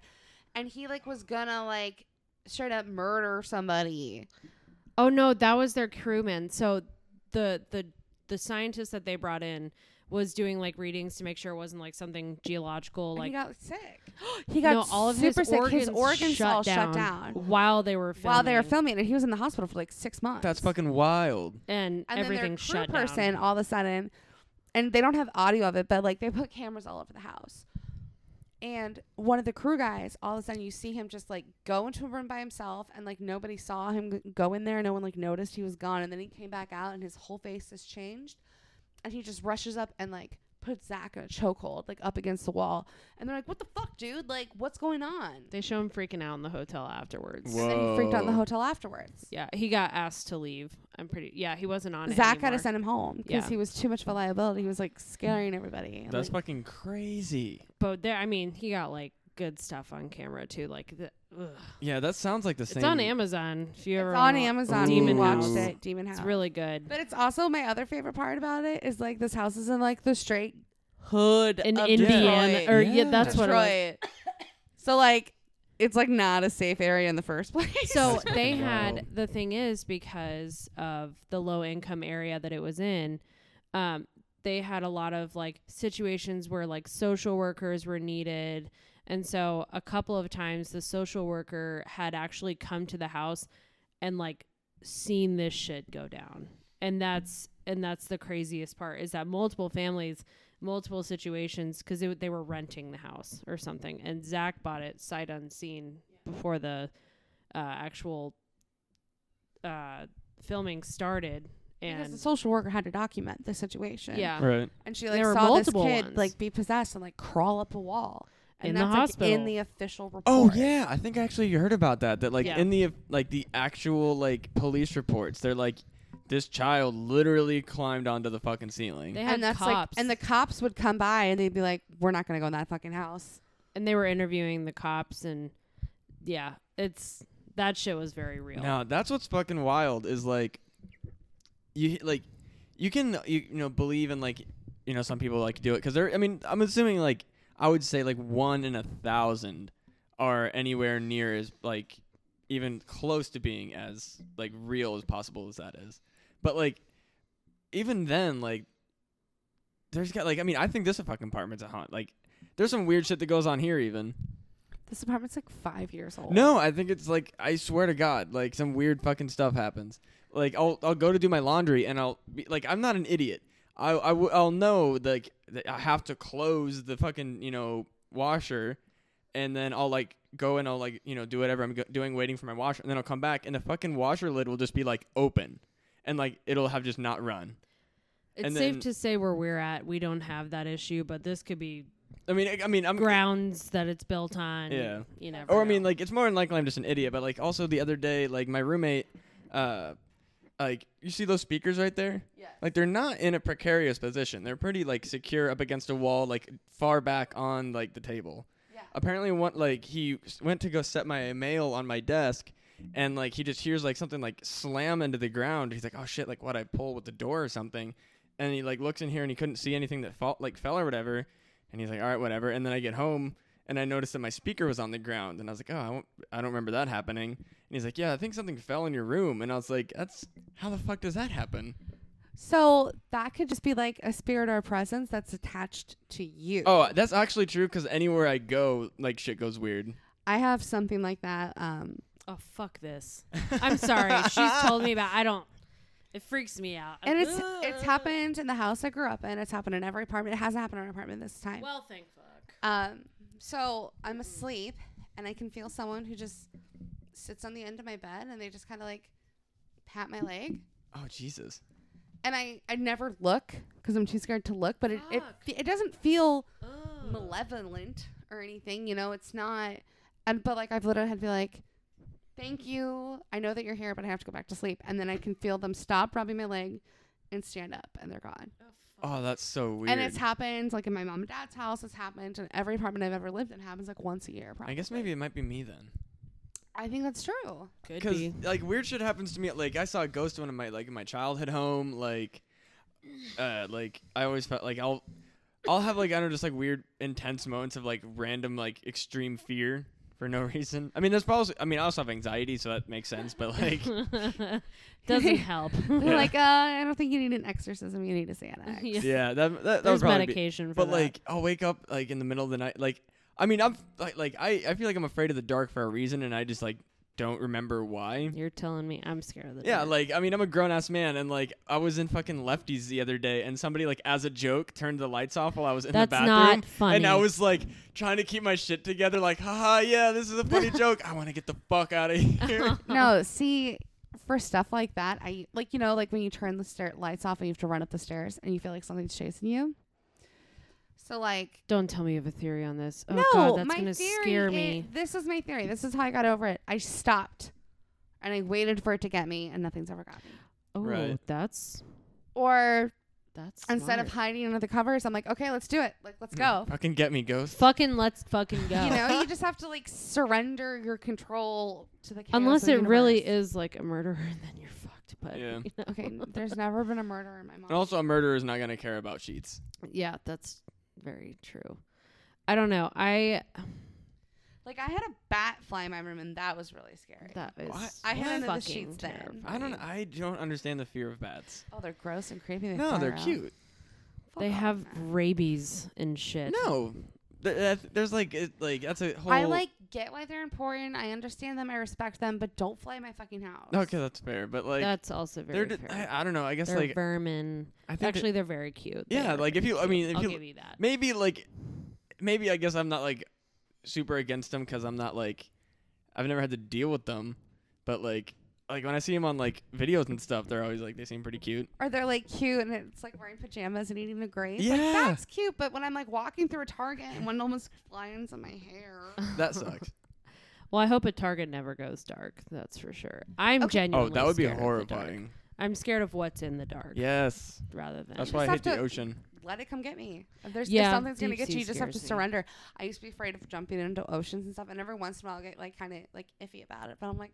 [SPEAKER 3] And he like was gonna like straight up murder somebody.
[SPEAKER 4] Oh no, that was their crewman. So the the the scientist that they brought in was doing like readings to make sure it wasn't like something geological,
[SPEAKER 3] And
[SPEAKER 4] like
[SPEAKER 3] he got sick. *gasps* he got
[SPEAKER 4] no, all of
[SPEAKER 3] super
[SPEAKER 4] his
[SPEAKER 3] sick.
[SPEAKER 4] organs,
[SPEAKER 3] his organs
[SPEAKER 4] shut
[SPEAKER 3] all
[SPEAKER 4] down
[SPEAKER 3] shut down
[SPEAKER 4] while they were filming.
[SPEAKER 3] while they were filming, and he was in the hospital for like six months.
[SPEAKER 1] That's fucking wild.
[SPEAKER 4] and,
[SPEAKER 3] and
[SPEAKER 4] everything
[SPEAKER 3] then their crew
[SPEAKER 4] shut
[SPEAKER 3] person
[SPEAKER 4] down.
[SPEAKER 3] all of a sudden, and they don't have audio of it, but like they put cameras all over the house. And one of the crew guys, all of a sudden, you see him just like go into a room by himself, and like nobody saw him g- go in there. No one like noticed he was gone, and then he came back out, and his whole face has changed, and he just rushes up and like puts Zach in a chokehold, like up against the wall, and they're like, "What the fuck, dude? Like, what's going on?"
[SPEAKER 4] They show him freaking out in the hotel afterwards.
[SPEAKER 1] Wha-
[SPEAKER 3] And then he freaked out in the
[SPEAKER 1] Whoa.
[SPEAKER 3] hotel afterwards.
[SPEAKER 4] Yeah, he got asked to leave. I'm pretty. Yeah, he wasn't on.
[SPEAKER 3] Zach
[SPEAKER 4] it
[SPEAKER 3] had to
[SPEAKER 4] anymore.
[SPEAKER 3] send him home because
[SPEAKER 4] Yeah.
[SPEAKER 3] he was too much of a liability. He was like scaring everybody. and,
[SPEAKER 1] That's
[SPEAKER 3] like,
[SPEAKER 1] fucking crazy.
[SPEAKER 4] But there, I mean, he got like good stuff on camera too. Like, the, ugh.
[SPEAKER 1] Yeah, that sounds like the same.
[SPEAKER 4] it's on Amazon. If you ever
[SPEAKER 3] it's
[SPEAKER 4] wanna
[SPEAKER 3] on
[SPEAKER 4] wa-
[SPEAKER 3] Amazon.
[SPEAKER 4] Demon
[SPEAKER 3] we watched
[SPEAKER 4] House.
[SPEAKER 3] it. Demon House.
[SPEAKER 4] It's really good.
[SPEAKER 3] But it's also my other favorite part about it is like this house is in like the straight hood
[SPEAKER 4] In
[SPEAKER 3] of
[SPEAKER 4] Indiana,
[SPEAKER 3] Detroit.
[SPEAKER 4] or yeah,
[SPEAKER 1] Yeah.
[SPEAKER 4] that's what. It was.
[SPEAKER 3] Detroit. so like, it's like not a safe area in the first *laughs* place.
[SPEAKER 4] So
[SPEAKER 1] That's
[SPEAKER 4] they
[SPEAKER 1] fucking
[SPEAKER 4] had
[SPEAKER 1] wild.
[SPEAKER 4] the thing is because of the low income area that it was in, um, they had a lot of like situations where like social workers were needed. And so a couple of times the social worker had actually come to the house and like seen this shit go down. And that's and that's the craziest part is that multiple families, multiple situations, because they were renting the house or something, and Zach bought it sight unseen before the uh, actual uh, filming started,
[SPEAKER 3] because the
[SPEAKER 4] and
[SPEAKER 3] social worker had to document the situation.
[SPEAKER 4] yeah,
[SPEAKER 1] Right.
[SPEAKER 3] and she like
[SPEAKER 4] There were
[SPEAKER 3] saw this kid
[SPEAKER 4] multiple ones.
[SPEAKER 3] like be possessed and like crawl up a wall. And
[SPEAKER 4] In the
[SPEAKER 3] that's like in
[SPEAKER 4] hospital.
[SPEAKER 3] the official report.
[SPEAKER 1] Oh yeah, I think I actually heard about that. That like
[SPEAKER 4] Yeah.
[SPEAKER 1] in the like the actual like police reports, they're like this child literally climbed onto the fucking ceiling.
[SPEAKER 4] they had
[SPEAKER 3] And that's
[SPEAKER 4] cops,
[SPEAKER 3] like, and the cops would come by and they'd be like, "We're not gonna go in that fucking house."
[SPEAKER 4] and they were interviewing the cops, and yeah, it's that shit was very real.
[SPEAKER 1] Now that's what's fucking wild is like, you like, you can you, you know believe in like you know some people like to do it because they're I mean I'm assuming like I would say like one in a thousand are anywhere near as like even close to being as like real as possible as that is, but like even then like there's got like I mean I think this fucking apartment's a haunt like. There's some weird shit that goes on here, even.
[SPEAKER 3] This apartment's like five years old.
[SPEAKER 1] No, I think it's like I swear to God, like some weird fucking stuff happens. Like I'll I'll go to do my laundry and I'll be like I'm not an idiot. I I w- I'll know like that I have to close the fucking you know washer, and then I'll like go and I'll like you know do whatever I'm go- doing waiting for my washer, and then I'll come back and the fucking washer lid will just be like open, and like it'll have just not run.
[SPEAKER 4] it's
[SPEAKER 1] and
[SPEAKER 4] safe
[SPEAKER 1] then-
[SPEAKER 4] to say where we're at, we don't have that issue, but this could be
[SPEAKER 1] I mean I, I mean I'm
[SPEAKER 4] grounds that it's built on.
[SPEAKER 1] Yeah.
[SPEAKER 4] you never know.
[SPEAKER 1] Or I mean, like it's more than likely I'm just an idiot. But like also the other day, like my roommate, uh, like you see those speakers right there. Yeah. Like they're not in a precarious position. They're pretty like secure up against a wall, like far back on like the table. Yeah. Apparently, one like he s- went to go set my mail on my desk. And like he just hears like something like slam into the ground. He's like, "Oh shit! Like what? I pull with the door or something." And he like looks in here and he couldn't see anything that fall like fell or whatever. And he's like, "All right, whatever." And then I get home and I noticed that my speaker was on the ground, and I was like, "Oh, I don't, I don't remember that happening." And he's like, "Yeah, I think something fell in your room," and I was like, "That's how the fuck does that happen?"
[SPEAKER 3] So that could just be like a spirit or a presence that's attached to you.
[SPEAKER 1] Oh, that's actually true because anywhere I go, like shit goes weird.
[SPEAKER 3] I have something like that. Um,
[SPEAKER 4] oh fuck this. I'm sorry, she's told me about. I don't. It freaks me out.
[SPEAKER 3] and it's it's happened in the house I grew up in. It's happened in every apartment. It hasn't happened in an apartment this time.
[SPEAKER 4] Well, thank fuck.
[SPEAKER 3] Um, so I'm asleep and I can feel someone who just sits on the end of my bed and they just kind of like pat my leg.
[SPEAKER 1] Oh Jesus.
[SPEAKER 3] And I, I never look because I'm too scared to look, but it, it,
[SPEAKER 4] Fuck.
[SPEAKER 3] fe- it doesn't feel
[SPEAKER 4] Ugh.
[SPEAKER 3] malevolent or anything. You know, it's not. And but like I've literally had to be like, "Thank you. I know that you're here, but I have to go back to sleep." And then I can feel them stop rubbing my leg and stand up, and they're gone.
[SPEAKER 1] Oh, that's so weird.
[SPEAKER 3] And it's happened like in my mom and dad's house. It's happened in every apartment I've ever lived. in. It happens like once a year. Probably.
[SPEAKER 1] I guess maybe it might be me then.
[SPEAKER 3] I think that's true.
[SPEAKER 2] Could
[SPEAKER 1] Because *laughs*
[SPEAKER 2] be.
[SPEAKER 1] like weird shit happens to me. Like I saw a ghost one of my like in my childhood home. Like, uh, like I always felt like I'll, I'll have like I don't know just like weird intense moments of like random like extreme fear for no *laughs* reason. I mean that's probably. I mean I also have anxiety, so that makes sense. But like,
[SPEAKER 4] *laughs* Doesn't help.
[SPEAKER 3] They're
[SPEAKER 1] *laughs* Yeah.
[SPEAKER 3] like, uh, I don't think you need an exorcism. You need
[SPEAKER 1] *laughs*
[SPEAKER 3] a Xanax.
[SPEAKER 4] *laughs* Yeah.
[SPEAKER 1] yeah, that that, that would
[SPEAKER 4] There's
[SPEAKER 1] probably be-
[SPEAKER 4] medication for
[SPEAKER 1] But
[SPEAKER 4] that.
[SPEAKER 1] like I'll wake up like in the middle of the night. Like I mean I'm like like I I feel like I'm afraid of the dark for a reason, and I just like don't remember why.
[SPEAKER 4] you're telling me I'm scared of the
[SPEAKER 1] Yeah,
[SPEAKER 4] dark.
[SPEAKER 1] like I mean, I'm a grown ass man, and like I was in fucking lefties the other day, and somebody like as a joke turned the lights off while I was in
[SPEAKER 4] That's
[SPEAKER 1] the bathroom,
[SPEAKER 4] not funny.
[SPEAKER 1] and I was like trying to keep my shit together, like, haha, yeah, this is a
[SPEAKER 4] *laughs*
[SPEAKER 1] funny joke. I want to get the fuck out of here.
[SPEAKER 3] No, see, for stuff like that, I like you know, like when you turn the stair lights off and you have to run up the stairs and you feel like something's chasing you. So like,
[SPEAKER 4] Don't tell me you have a theory on this. Oh
[SPEAKER 3] no,
[SPEAKER 4] god, that's
[SPEAKER 3] my
[SPEAKER 4] gonna
[SPEAKER 3] theory
[SPEAKER 4] scare
[SPEAKER 3] i-
[SPEAKER 4] me.
[SPEAKER 3] this is my theory. This is how I got over it. I stopped, and I waited for it to get me, and nothing's ever got me.
[SPEAKER 4] Oh,
[SPEAKER 1] Right.
[SPEAKER 4] that's
[SPEAKER 3] Or
[SPEAKER 4] that's
[SPEAKER 3] instead of
[SPEAKER 4] smart.
[SPEAKER 3] hiding under the covers, I'm like, okay, let's do it. Like, let's go.
[SPEAKER 1] *laughs* fucking get me, ghost.
[SPEAKER 4] fucking let's fucking go.
[SPEAKER 3] *laughs* You know,
[SPEAKER 4] *laughs*
[SPEAKER 3] you just have to like surrender your control to the chaos
[SPEAKER 4] Unless
[SPEAKER 3] of the
[SPEAKER 4] it really
[SPEAKER 3] universe.
[SPEAKER 4] is like a murderer, *laughs* and then you're fucked. But
[SPEAKER 1] Yeah.
[SPEAKER 4] you know.
[SPEAKER 3] Okay, there's never been a murder
[SPEAKER 4] *laughs*
[SPEAKER 3] in my mom.
[SPEAKER 1] And also, a murderer is not gonna care about sheets.
[SPEAKER 4] yeah, that's very true. I don't know. I
[SPEAKER 3] Like I had a bat fly in my room, and that was really scary.
[SPEAKER 4] that is
[SPEAKER 1] What?
[SPEAKER 3] I had another
[SPEAKER 4] fucking
[SPEAKER 3] sheets then.
[SPEAKER 1] I don't.
[SPEAKER 4] terrifying.
[SPEAKER 1] I don't understand the fear of bats.
[SPEAKER 3] Oh, they're gross and creepy. They
[SPEAKER 1] no,
[SPEAKER 3] fly
[SPEAKER 1] they're
[SPEAKER 3] around.
[SPEAKER 1] cute.
[SPEAKER 3] Fuck
[SPEAKER 4] They
[SPEAKER 3] off,
[SPEAKER 4] have
[SPEAKER 3] man.
[SPEAKER 4] rabies and shit.
[SPEAKER 1] No, Th- that- there's like it, like that's a whole.
[SPEAKER 3] I like get why they're important. I understand them. I respect them, but don't fly my fucking house.
[SPEAKER 1] Okay, that's fair, but like
[SPEAKER 4] that's also very
[SPEAKER 1] they're. d-
[SPEAKER 4] fair.
[SPEAKER 1] I, I don't know. I guess
[SPEAKER 4] they're
[SPEAKER 1] like
[SPEAKER 4] vermin.
[SPEAKER 1] I think.
[SPEAKER 4] Actually, they're very cute. They
[SPEAKER 1] Yeah,
[SPEAKER 4] are
[SPEAKER 1] like, if
[SPEAKER 4] very
[SPEAKER 1] you- I
[SPEAKER 4] cute.
[SPEAKER 1] mean, if
[SPEAKER 4] I'll
[SPEAKER 1] you-
[SPEAKER 4] give you that.
[SPEAKER 1] maybe like maybe i guess i'm not like super against them because i'm not like i've never had to deal with them but like like when i see them on like videos and stuff they're always like they seem pretty cute
[SPEAKER 3] Or they're like cute, and it's like wearing pajamas and eating the grape.
[SPEAKER 1] Yeah.
[SPEAKER 3] like, that's cute. But when I'm like walking through a Target and one almost flies in my hair,
[SPEAKER 4] *laughs*
[SPEAKER 1] that sucks
[SPEAKER 4] Well, I hope a Target never goes dark. That's for sure. I'm
[SPEAKER 3] Okay. Oh,
[SPEAKER 1] oh
[SPEAKER 4] genuinely.
[SPEAKER 1] that would be
[SPEAKER 4] scared of the dark.
[SPEAKER 1] horrifying
[SPEAKER 4] I'm scared of what's in the dark.
[SPEAKER 1] yes
[SPEAKER 4] Rather than
[SPEAKER 1] that's
[SPEAKER 3] just
[SPEAKER 1] why i
[SPEAKER 3] have
[SPEAKER 1] hate the
[SPEAKER 3] to-
[SPEAKER 1] ocean
[SPEAKER 3] let it come get me. If there's
[SPEAKER 4] Yeah,
[SPEAKER 3] if something's gonna
[SPEAKER 4] deep
[SPEAKER 3] get
[SPEAKER 4] sea
[SPEAKER 3] you, you just have to
[SPEAKER 4] scares me.
[SPEAKER 3] surrender. I used to be afraid of jumping into oceans and stuff, and every once in a while I get like kind of like iffy about it. But I'm like,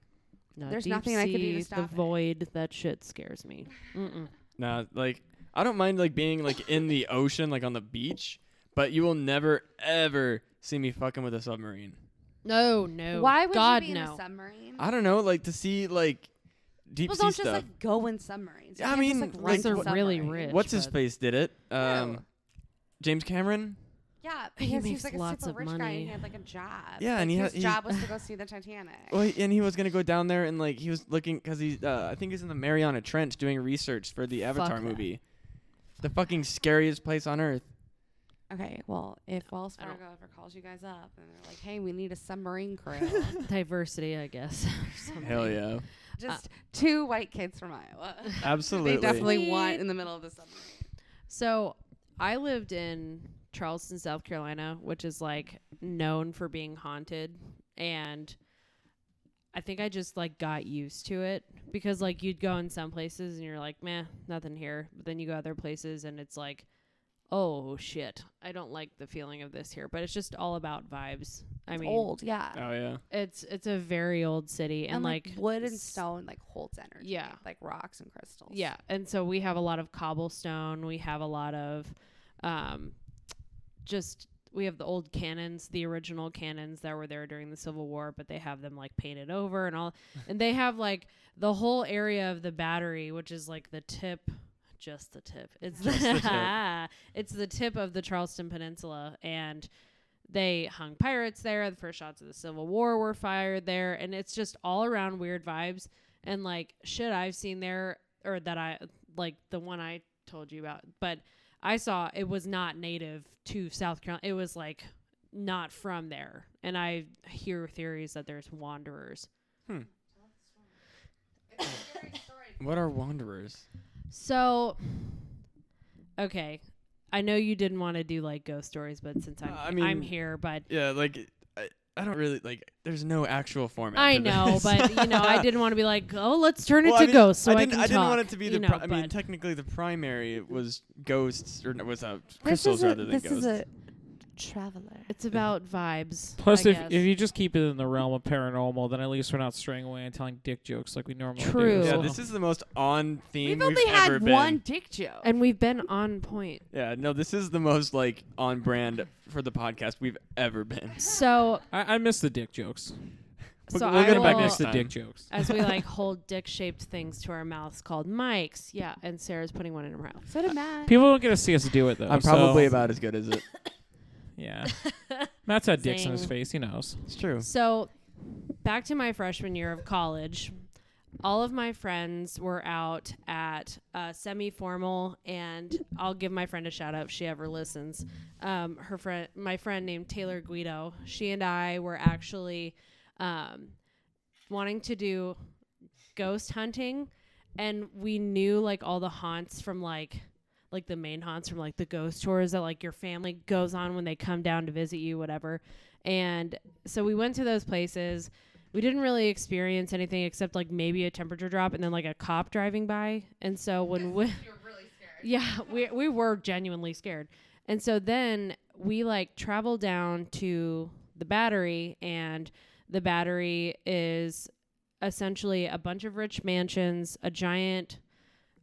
[SPEAKER 4] no,
[SPEAKER 3] there's
[SPEAKER 4] deep
[SPEAKER 3] nothing I could do to
[SPEAKER 4] sea, The
[SPEAKER 3] stop it.
[SPEAKER 4] void. That shit scares me.
[SPEAKER 3] *laughs*
[SPEAKER 4] Mm-mm.
[SPEAKER 1] nah like i don't mind like being like in the ocean like on the beach but you will never ever see me fucking with a submarine
[SPEAKER 4] No, no.
[SPEAKER 3] why would
[SPEAKER 4] God
[SPEAKER 3] you be
[SPEAKER 4] no?
[SPEAKER 3] in a submarine?
[SPEAKER 1] i don't know like to see like deep
[SPEAKER 3] People
[SPEAKER 1] sea
[SPEAKER 3] don't
[SPEAKER 1] stuff
[SPEAKER 3] just like go in submarines. You
[SPEAKER 1] I
[SPEAKER 3] can't just,
[SPEAKER 1] mean,
[SPEAKER 3] like, run
[SPEAKER 1] like,
[SPEAKER 3] in a
[SPEAKER 4] they're really
[SPEAKER 3] submarine.
[SPEAKER 4] rich.
[SPEAKER 1] what's his
[SPEAKER 4] but-
[SPEAKER 1] face did it um
[SPEAKER 3] Ew.
[SPEAKER 1] james cameron
[SPEAKER 3] *laughs* Yeah,
[SPEAKER 4] He
[SPEAKER 3] because
[SPEAKER 4] makes
[SPEAKER 3] he's like a
[SPEAKER 4] lots
[SPEAKER 3] super rich
[SPEAKER 4] of
[SPEAKER 3] guy and
[SPEAKER 4] money.
[SPEAKER 3] he had like a job.
[SPEAKER 1] Yeah,
[SPEAKER 3] Like,
[SPEAKER 1] and he ha-
[SPEAKER 3] his
[SPEAKER 1] he-
[SPEAKER 3] job was to go see the Titanic.
[SPEAKER 1] Well, he- and he was gonna go down there and like he was looking because he's uh, I think he's in the Mariana Trench doing research for the Avatar
[SPEAKER 4] that.
[SPEAKER 1] movie, the fucking scariest place on earth.
[SPEAKER 3] okay, well, if Wells
[SPEAKER 4] I don't-
[SPEAKER 3] Fargo ever calls you guys up and they're like, "Hey, we need a submarine *laughs* crew,"
[SPEAKER 4] Diversity, I guess. *laughs* or something.
[SPEAKER 1] Hell yeah,
[SPEAKER 3] just two white kids from Iowa,
[SPEAKER 1] absolutely.
[SPEAKER 3] they definitely want
[SPEAKER 4] Sweet.
[SPEAKER 3] in the middle of the submarine.
[SPEAKER 4] So I lived in Charleston, South Carolina, which is like known for being haunted. And I think I just like got used to it because like you'd go in some places and you're like, meh, nothing here. But then you go other places and it's like, oh shit, I don't like the feeling of this here. But it's just all about vibes. I mean,
[SPEAKER 3] Old, yeah,
[SPEAKER 1] Oh yeah,
[SPEAKER 4] it's it's a very old city and, like,
[SPEAKER 3] wood and
[SPEAKER 4] s-
[SPEAKER 3] stone like holds energy.
[SPEAKER 4] Yeah.
[SPEAKER 3] like rocks and crystals.
[SPEAKER 4] Yeah, and so we have a lot of cobblestone. We have a lot of, um, just we have the old cannons, the original cannons that were there during the Civil War, but they have them like painted over and all, and they have like the whole area of the battery, which is like the tip, just the tip. It's
[SPEAKER 1] Just the
[SPEAKER 4] the *laughs* it's the tip of the Charleston Peninsula, and they hung pirates there. The first shots of the Civil War were fired there, and it's just all around weird vibes and like shit I've seen there or that I like the one I told you about, but I saw it was not native to South Carolina. It was like not from there. And I hear theories that there's wanderers.
[SPEAKER 1] What are wanderers?
[SPEAKER 4] So, okay. I know you didn't want to do like ghost stories, but since I'm
[SPEAKER 1] Uh, I
[SPEAKER 4] I'm
[SPEAKER 1] mean,
[SPEAKER 4] here, but
[SPEAKER 1] Yeah, like I, I don't really like. There's no actual format.
[SPEAKER 4] I
[SPEAKER 1] to
[SPEAKER 4] know,
[SPEAKER 1] this.
[SPEAKER 4] but you know,
[SPEAKER 1] *laughs*
[SPEAKER 4] I didn't want to be like, oh, let's turn it
[SPEAKER 1] Well,
[SPEAKER 4] to
[SPEAKER 1] I mean,
[SPEAKER 4] ghosts so
[SPEAKER 1] I
[SPEAKER 4] I,
[SPEAKER 1] didn't.
[SPEAKER 4] can
[SPEAKER 1] I didn't
[SPEAKER 4] talk,
[SPEAKER 1] want it to be
[SPEAKER 4] you
[SPEAKER 1] the.
[SPEAKER 4] know,
[SPEAKER 1] pri- I mean,
[SPEAKER 4] but-
[SPEAKER 1] technically, the primary was ghosts, or no, was uh,
[SPEAKER 3] This
[SPEAKER 1] crystals
[SPEAKER 3] is a,
[SPEAKER 1] rather than
[SPEAKER 3] this
[SPEAKER 1] ghosts.
[SPEAKER 3] is a traveler.
[SPEAKER 4] It's about
[SPEAKER 2] *laughs*
[SPEAKER 4] vibes.
[SPEAKER 2] Plus,
[SPEAKER 4] I
[SPEAKER 2] if,
[SPEAKER 4] guess.
[SPEAKER 2] if you just keep it in the realm of paranormal, then at least we're not straying away and telling dick jokes like we normally
[SPEAKER 4] True.
[SPEAKER 2] do.
[SPEAKER 1] yeah,
[SPEAKER 2] so-
[SPEAKER 1] this is the most on theme
[SPEAKER 3] We've
[SPEAKER 1] we've,
[SPEAKER 3] only
[SPEAKER 1] ever
[SPEAKER 3] had
[SPEAKER 1] been.
[SPEAKER 3] one dick joke.
[SPEAKER 4] and we've been on point.
[SPEAKER 1] Yeah, no, this is the most like on brand for the podcast we've ever been.
[SPEAKER 4] So,
[SPEAKER 2] I, I miss the dick jokes.
[SPEAKER 1] We'll-
[SPEAKER 4] so
[SPEAKER 1] we'll
[SPEAKER 4] I
[SPEAKER 1] get it
[SPEAKER 4] will,
[SPEAKER 1] back
[SPEAKER 2] miss
[SPEAKER 1] next
[SPEAKER 2] the
[SPEAKER 1] time.
[SPEAKER 2] dick jokes.
[SPEAKER 4] as we like hold dick-shaped things to our mouths called mics. Yeah, and Sarah's putting one in her mouth.
[SPEAKER 3] so did Matt.
[SPEAKER 2] People don't get to see us do it though.
[SPEAKER 1] I'm probably
[SPEAKER 2] so-
[SPEAKER 1] about as good as it.
[SPEAKER 2] yeah. Matt's had dicks in his
[SPEAKER 4] Zing.
[SPEAKER 2] face. He knows.
[SPEAKER 1] *laughs* It's true.
[SPEAKER 4] So, back to my freshman year of college, all of my friends were out at uh, semi formal, and I'll give my friend a shout out if she ever listens. Um, her friend, my friend named Taylor Guido, she and I were actually um, wanting to do ghost hunting, and we knew like all the haunts from like like the main haunts from like the ghost tours that like your family goes on when they come down to visit you whatever and so we went to those places. We didn't really experience anything except like maybe a temperature drop and then like a cop driving by. And so when we
[SPEAKER 3] You're really scared.
[SPEAKER 4] yeah, *laughs* we we were genuinely scared. And so then we like traveled down to the battery and the battery is essentially a bunch of rich mansions, a giant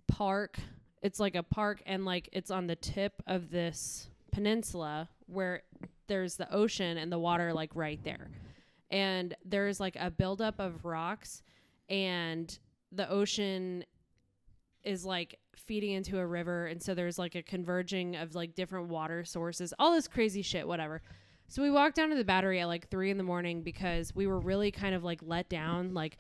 [SPEAKER 4] park. It's like a park and like it's on the tip of this peninsula where there's the ocean and the water like right there. And there's like a buildup of rocks and the ocean is like feeding into a river and so there's like a converging of like different water sources all this crazy shit whatever so we walked down to the battery at like three in the morning because we were really kind of like let down like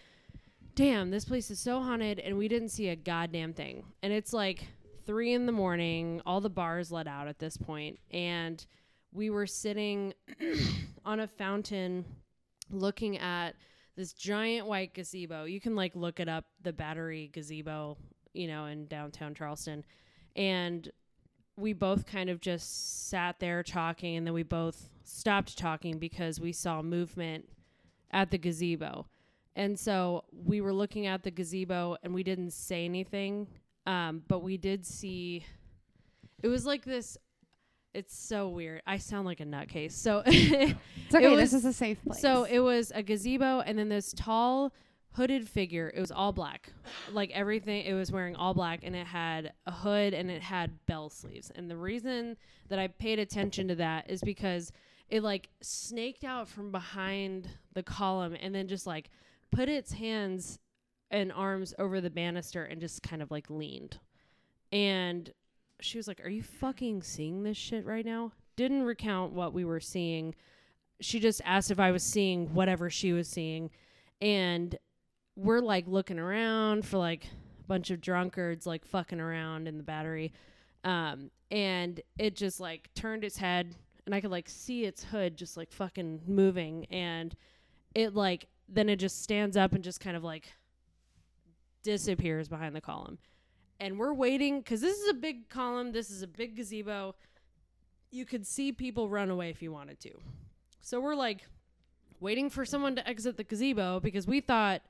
[SPEAKER 4] damn this place is so haunted and we didn't see a goddamn thing and it's like three in the morning all the bars let out at this point and we were sitting *coughs* on a fountain looking at this giant white gazebo. You can like look it up, the battery gazebo, you know, in downtown Charleston. And we both kind of just sat there talking and then we both stopped talking because we saw movement at the gazebo. And so we were looking at the gazebo and we didn't say anything. Um, but we did see it was like this it's so weird. I sound like a nutcase. So *laughs*
[SPEAKER 3] It's okay.
[SPEAKER 4] It
[SPEAKER 3] this is
[SPEAKER 4] was-
[SPEAKER 3] a safe place. *laughs*
[SPEAKER 4] so it was a gazebo and then this tall hooded figure. It was all black. Like everything it was wearing all black and it had a hood and it had bell sleeves. And the reason that I paid attention to that is because it like snaked out from behind the column and then just like put its hands and arms over the banister and just kind of like leaned. And she was like, "Are you fucking seeing this shit right now?" Didn't recount what we were seeing she just asked if I was seeing whatever she was seeing. And we're like looking around for like a bunch of drunkards like fucking around in the battery. Um, and it just like turned its head and I could like see its hood just like fucking moving. And it like, then it just stands up and just kind of like disappears behind the column. And we're waiting because this is a big column. This is a big gazebo. You could see people run away if you wanted to. So we're like waiting for someone to exit the gazebo because we thought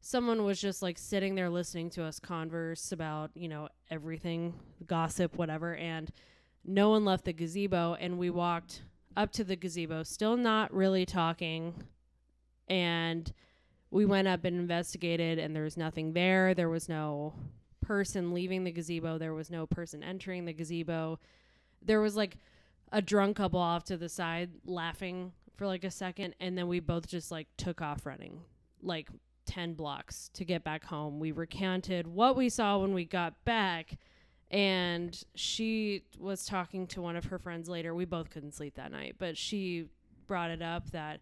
[SPEAKER 4] someone was just like sitting there listening to us converse about, you know, everything, gossip, whatever. And no one left the gazebo. And we walked up to the gazebo, still not really talking. And we went up and investigated, and there was nothing there. There was no person leaving the gazebo, there was no person entering the gazebo. There was like a drunk couple off to the side laughing for like a second and then we both just like took off running like 10 blocks to get back home we recounted what we saw when we got back and she was talking to one of her friends later we both couldn't sleep that night but she brought it up that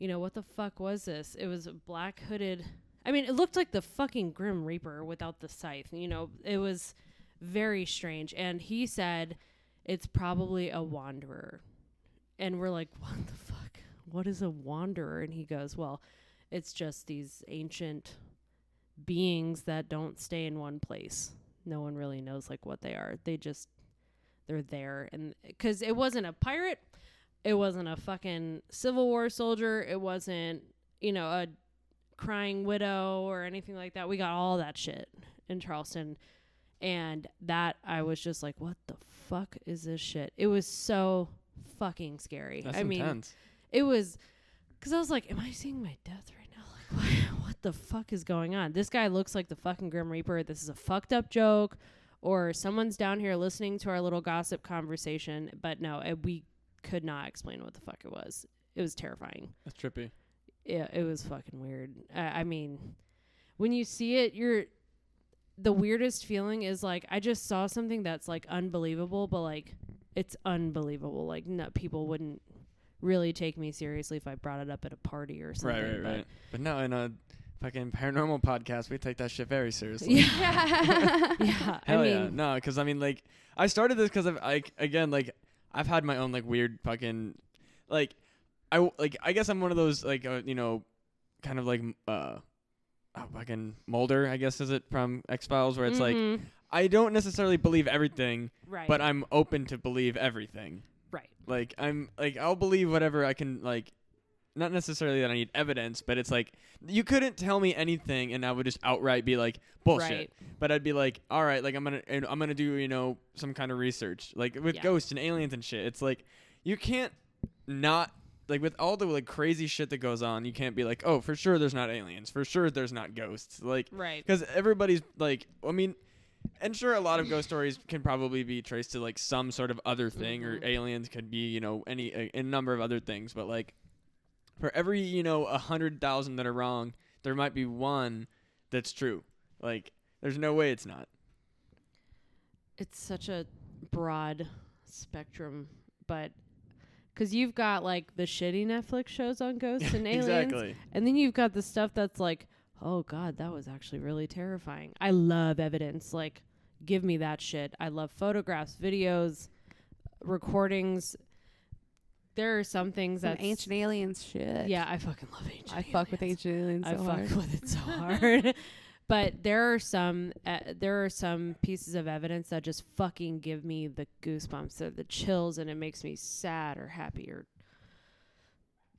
[SPEAKER 4] you know what the fuck was this it was a black hooded i mean it looked like the fucking grim reaper without the scythe you know it was very strange and he said it's probably a wanderer. And we're like, what the fuck? What is a wanderer? And he goes, well, it's just these ancient beings that don't stay in one place. No one really knows like what they are. They just they're there and cuz it wasn't a pirate, it wasn't a fucking Civil War soldier, it wasn't, you know, a crying widow or anything like that. We got all that shit in Charleston. And that I was just like, what the fuck is this shit? It was so fucking scary.
[SPEAKER 1] That's
[SPEAKER 4] I mean,
[SPEAKER 1] intense.
[SPEAKER 4] it was because I was like, "Am I seeing my death right now? *laughs* Like, what, what the fuck is going on? This guy looks like the fucking Grim Reaper. This is a fucked up joke, or someone's down here listening to our little gossip conversation." But no, it, we could not explain what the fuck it was. It was terrifying.
[SPEAKER 1] That's trippy.
[SPEAKER 4] Yeah, it was fucking weird. I, I mean, when you see it, you're the weirdest feeling is like I just saw something that's like unbelievable, but like it's unbelievable. Like no, people wouldn't really take me seriously if I brought it up at a party or something.
[SPEAKER 1] Right, right,
[SPEAKER 4] but-
[SPEAKER 1] right. But no, in a fucking paranormal podcast, we take that shit very seriously.
[SPEAKER 3] Yeah.
[SPEAKER 4] *laughs* Yeah, I
[SPEAKER 1] Hell
[SPEAKER 4] mean,
[SPEAKER 1] yeah. No, because I mean, like, I started this because I've, like, again, like, I've had my own, like, weird fucking, like, I, w- like, I guess I'm one of those, like, uh, you know, kind of like, m- uh, oh, fucking Mulder, I guess, is it from X Files, where it's like,
[SPEAKER 4] mhm,
[SPEAKER 1] I don't necessarily believe everything,
[SPEAKER 4] right,
[SPEAKER 1] but I'm open to believe everything.
[SPEAKER 4] right,
[SPEAKER 1] Like, I'm, like, I'll believe whatever I can, like, not necessarily that I need evidence, but it's like, you couldn't tell me anything, and I would just outright be like, bullshit
[SPEAKER 4] right,
[SPEAKER 1] but I'd be like, all right, like I'm gonna and I'm gonna do you know some kind of research, like with
[SPEAKER 4] Yeah.
[SPEAKER 1] ghosts and aliens and shit. It's like you can't not like with all the like crazy shit that goes on, you can't be like, oh, for sure there's not aliens, for sure there's not ghosts, like
[SPEAKER 4] right,
[SPEAKER 1] because everybody's like, I mean. And sure, a lot of ghost stories can probably be traced to like some sort of other thing, or
[SPEAKER 4] Mhm.
[SPEAKER 1] aliens could be, you know, any a, a number of other things. But like, for every you know a hundred thousand that are wrong, there might be one that's true. Like, there's no way it's not.
[SPEAKER 4] it's such a broad spectrum, but because you've got like the shitty Netflix shows on ghosts and aliens,
[SPEAKER 1] *laughs* exactly.
[SPEAKER 4] and then you've got the stuff that's like, oh god, that was actually really terrifying. I love evidence, like give me that shit. I love photographs, videos, recordings. There are some things
[SPEAKER 3] Some
[SPEAKER 4] that
[SPEAKER 3] ancient aliens shit.
[SPEAKER 4] Yeah, I fucking love ancient.
[SPEAKER 3] I fuck with
[SPEAKER 4] aliens.
[SPEAKER 3] ancient aliens so
[SPEAKER 4] I fuck
[SPEAKER 3] hard.
[SPEAKER 4] with it so *laughs* hard. but there are some uh, there are some pieces of evidence that just fucking give me the goosebumps or the chills, and it makes me sad or happy or.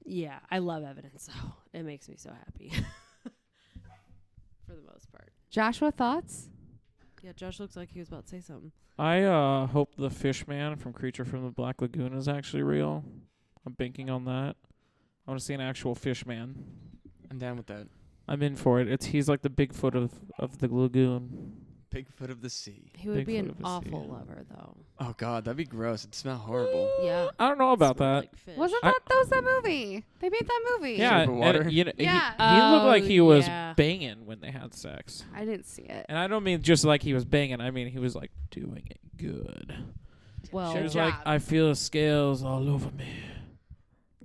[SPEAKER 4] Yeah, I love evidence though. It makes me so happy. *laughs* For the most part.
[SPEAKER 3] Joshua, thoughts?
[SPEAKER 4] Yeah, Josh looks like he was about to say something.
[SPEAKER 2] I uh, hope the fish man from Creature from the Black Lagoon is actually real. I'm banking on that. I want to see an actual fish man.
[SPEAKER 1] I'm down with that.
[SPEAKER 2] I'm in for it. It's he's like the Bigfoot of of the lagoon.
[SPEAKER 1] Bigfoot of the sea.
[SPEAKER 4] He would be
[SPEAKER 2] Bigfoot
[SPEAKER 4] an
[SPEAKER 2] of a sea,
[SPEAKER 4] awful
[SPEAKER 2] yeah.
[SPEAKER 4] lover though.
[SPEAKER 1] Oh god, that'd be gross. It'd smell horrible.
[SPEAKER 4] *gasps* Yeah.
[SPEAKER 2] I don't know about
[SPEAKER 4] Smell
[SPEAKER 2] that.
[SPEAKER 4] like fish.
[SPEAKER 3] Wasn't
[SPEAKER 2] I-
[SPEAKER 3] that that was that movie? They made that movie.
[SPEAKER 2] yeah,
[SPEAKER 1] Super
[SPEAKER 2] and,
[SPEAKER 1] water?
[SPEAKER 2] you know, he-
[SPEAKER 3] Yeah.
[SPEAKER 2] He, looked
[SPEAKER 4] Oh,
[SPEAKER 2] like he was
[SPEAKER 4] yeah.
[SPEAKER 2] banging when they had sex.
[SPEAKER 3] I didn't see it.
[SPEAKER 2] And I don't mean just like he was banging. I mean he was like doing it good.
[SPEAKER 4] well,
[SPEAKER 2] she
[SPEAKER 3] Good
[SPEAKER 2] was like,
[SPEAKER 3] job.
[SPEAKER 2] I feel scales all over me.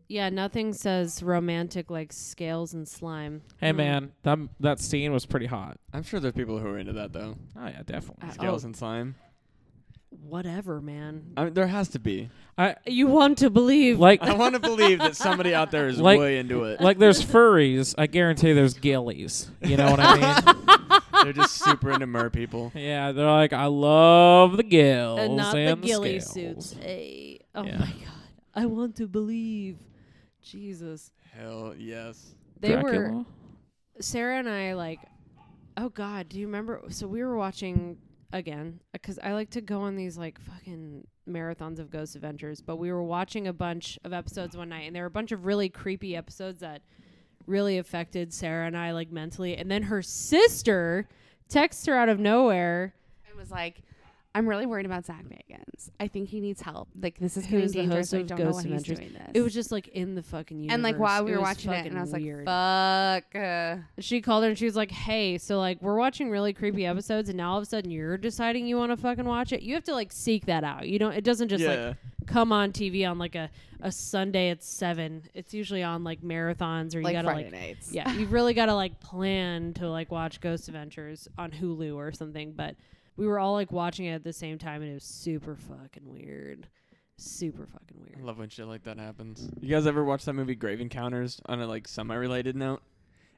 [SPEAKER 4] Yeah, nothing says romantic like scales and slime.
[SPEAKER 2] Hey
[SPEAKER 4] Mm.
[SPEAKER 2] man, that that scene was pretty hot.
[SPEAKER 1] I'm sure there's people who are into that though.
[SPEAKER 2] Oh yeah, definitely.
[SPEAKER 4] Uh,
[SPEAKER 1] Scales
[SPEAKER 4] oh.
[SPEAKER 1] and slime.
[SPEAKER 4] Whatever, man.
[SPEAKER 1] I mean, there has to be.
[SPEAKER 2] I
[SPEAKER 4] You want to believe.
[SPEAKER 2] like
[SPEAKER 4] *laughs*
[SPEAKER 1] I want to believe that somebody out there is
[SPEAKER 2] Like-
[SPEAKER 1] way into it.
[SPEAKER 2] like there's furries. I guarantee there's gillies. You know what I
[SPEAKER 4] *laughs*
[SPEAKER 2] mean?
[SPEAKER 1] They're just super into mer people.
[SPEAKER 2] yeah, they're like, I love the gills
[SPEAKER 4] and not the
[SPEAKER 2] and
[SPEAKER 4] ghillie
[SPEAKER 2] Oh, scales."
[SPEAKER 4] suits. Ay. oh
[SPEAKER 2] Yeah.
[SPEAKER 4] my god. I want to believe. Jesus.
[SPEAKER 1] Hell yes.
[SPEAKER 4] They were
[SPEAKER 2] Dracula?
[SPEAKER 4] Sarah and I like Oh god, do you remember so we were watching again cuz I like to go on these like fucking marathons of ghost adventures, but we were watching a bunch of episodes one night and there were a bunch of really creepy episodes that really affected Sarah and I like mentally and then her sister texts her out of nowhere
[SPEAKER 3] I was like, I'm really worried about Zach Bagans. I think he needs help. Like this is
[SPEAKER 4] Who
[SPEAKER 3] getting
[SPEAKER 4] is the
[SPEAKER 3] dangerous.
[SPEAKER 4] host
[SPEAKER 3] I
[SPEAKER 4] of
[SPEAKER 3] don't know
[SPEAKER 4] Ghost
[SPEAKER 3] why he's
[SPEAKER 4] Adventures?
[SPEAKER 3] doing this.
[SPEAKER 4] It was just like in the fucking universe.
[SPEAKER 3] and like while we
[SPEAKER 4] It
[SPEAKER 3] were
[SPEAKER 4] was
[SPEAKER 3] watching it, and I was
[SPEAKER 4] fucking
[SPEAKER 3] like,
[SPEAKER 4] weird.
[SPEAKER 3] fuck. uh,
[SPEAKER 4] she called her and she was like, "Hey, so like we're watching really creepy episodes, and now all of a sudden you're deciding you want to fucking watch it. You have to like seek that out. You don't. It doesn't just
[SPEAKER 1] yeah.
[SPEAKER 4] like come on TV on like a a Sunday at seven. It's usually on like marathons or you
[SPEAKER 3] like
[SPEAKER 4] gotta
[SPEAKER 3] Friday
[SPEAKER 4] like
[SPEAKER 3] nights.
[SPEAKER 4] yeah, you really got to like plan to like watch Ghost Adventures on Hulu or something. But we were all like watching it at the same time, and it was super fucking weird. Super fucking weird.
[SPEAKER 1] I love when shit like that happens. You guys ever watch that movie Grave Encounters on a like semi-related note?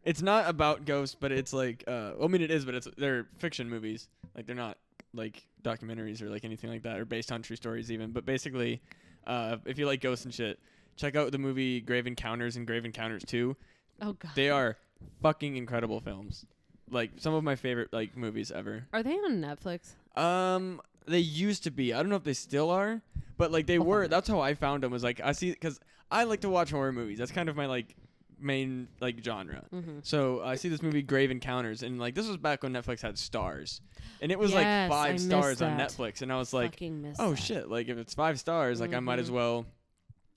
[SPEAKER 1] It's not about ghosts, but it's like uh I mean it is, but it's they're fiction movies. Like they're not like documentaries or like anything like that or based on true stories even. But basically, uh if you like ghosts and shit, check out the movie Grave Encounters and Grave Encounters 2.
[SPEAKER 4] Oh god.
[SPEAKER 1] They are fucking incredible films. Like some of my favorite like movies ever.
[SPEAKER 4] Are they on Netflix?
[SPEAKER 1] Um, they used to be. I don't know if they still are, but like they
[SPEAKER 4] I'll
[SPEAKER 1] were.
[SPEAKER 4] find
[SPEAKER 1] That's how I found them. Was like I see because I like to watch horror movies. That's kind of my like main like genre.
[SPEAKER 4] Mm-hmm.
[SPEAKER 1] So I see this movie Grave Encounters, and like this was back when Netflix had stars, and it was
[SPEAKER 4] Yes,
[SPEAKER 1] like
[SPEAKER 4] I
[SPEAKER 1] five
[SPEAKER 4] missed
[SPEAKER 1] stars on
[SPEAKER 4] that.
[SPEAKER 1] Netflix, and I was like,
[SPEAKER 4] Fucking miss
[SPEAKER 1] oh
[SPEAKER 4] that.
[SPEAKER 1] shit! Like if it's five stars, like I might as
[SPEAKER 4] Mhm.
[SPEAKER 1] well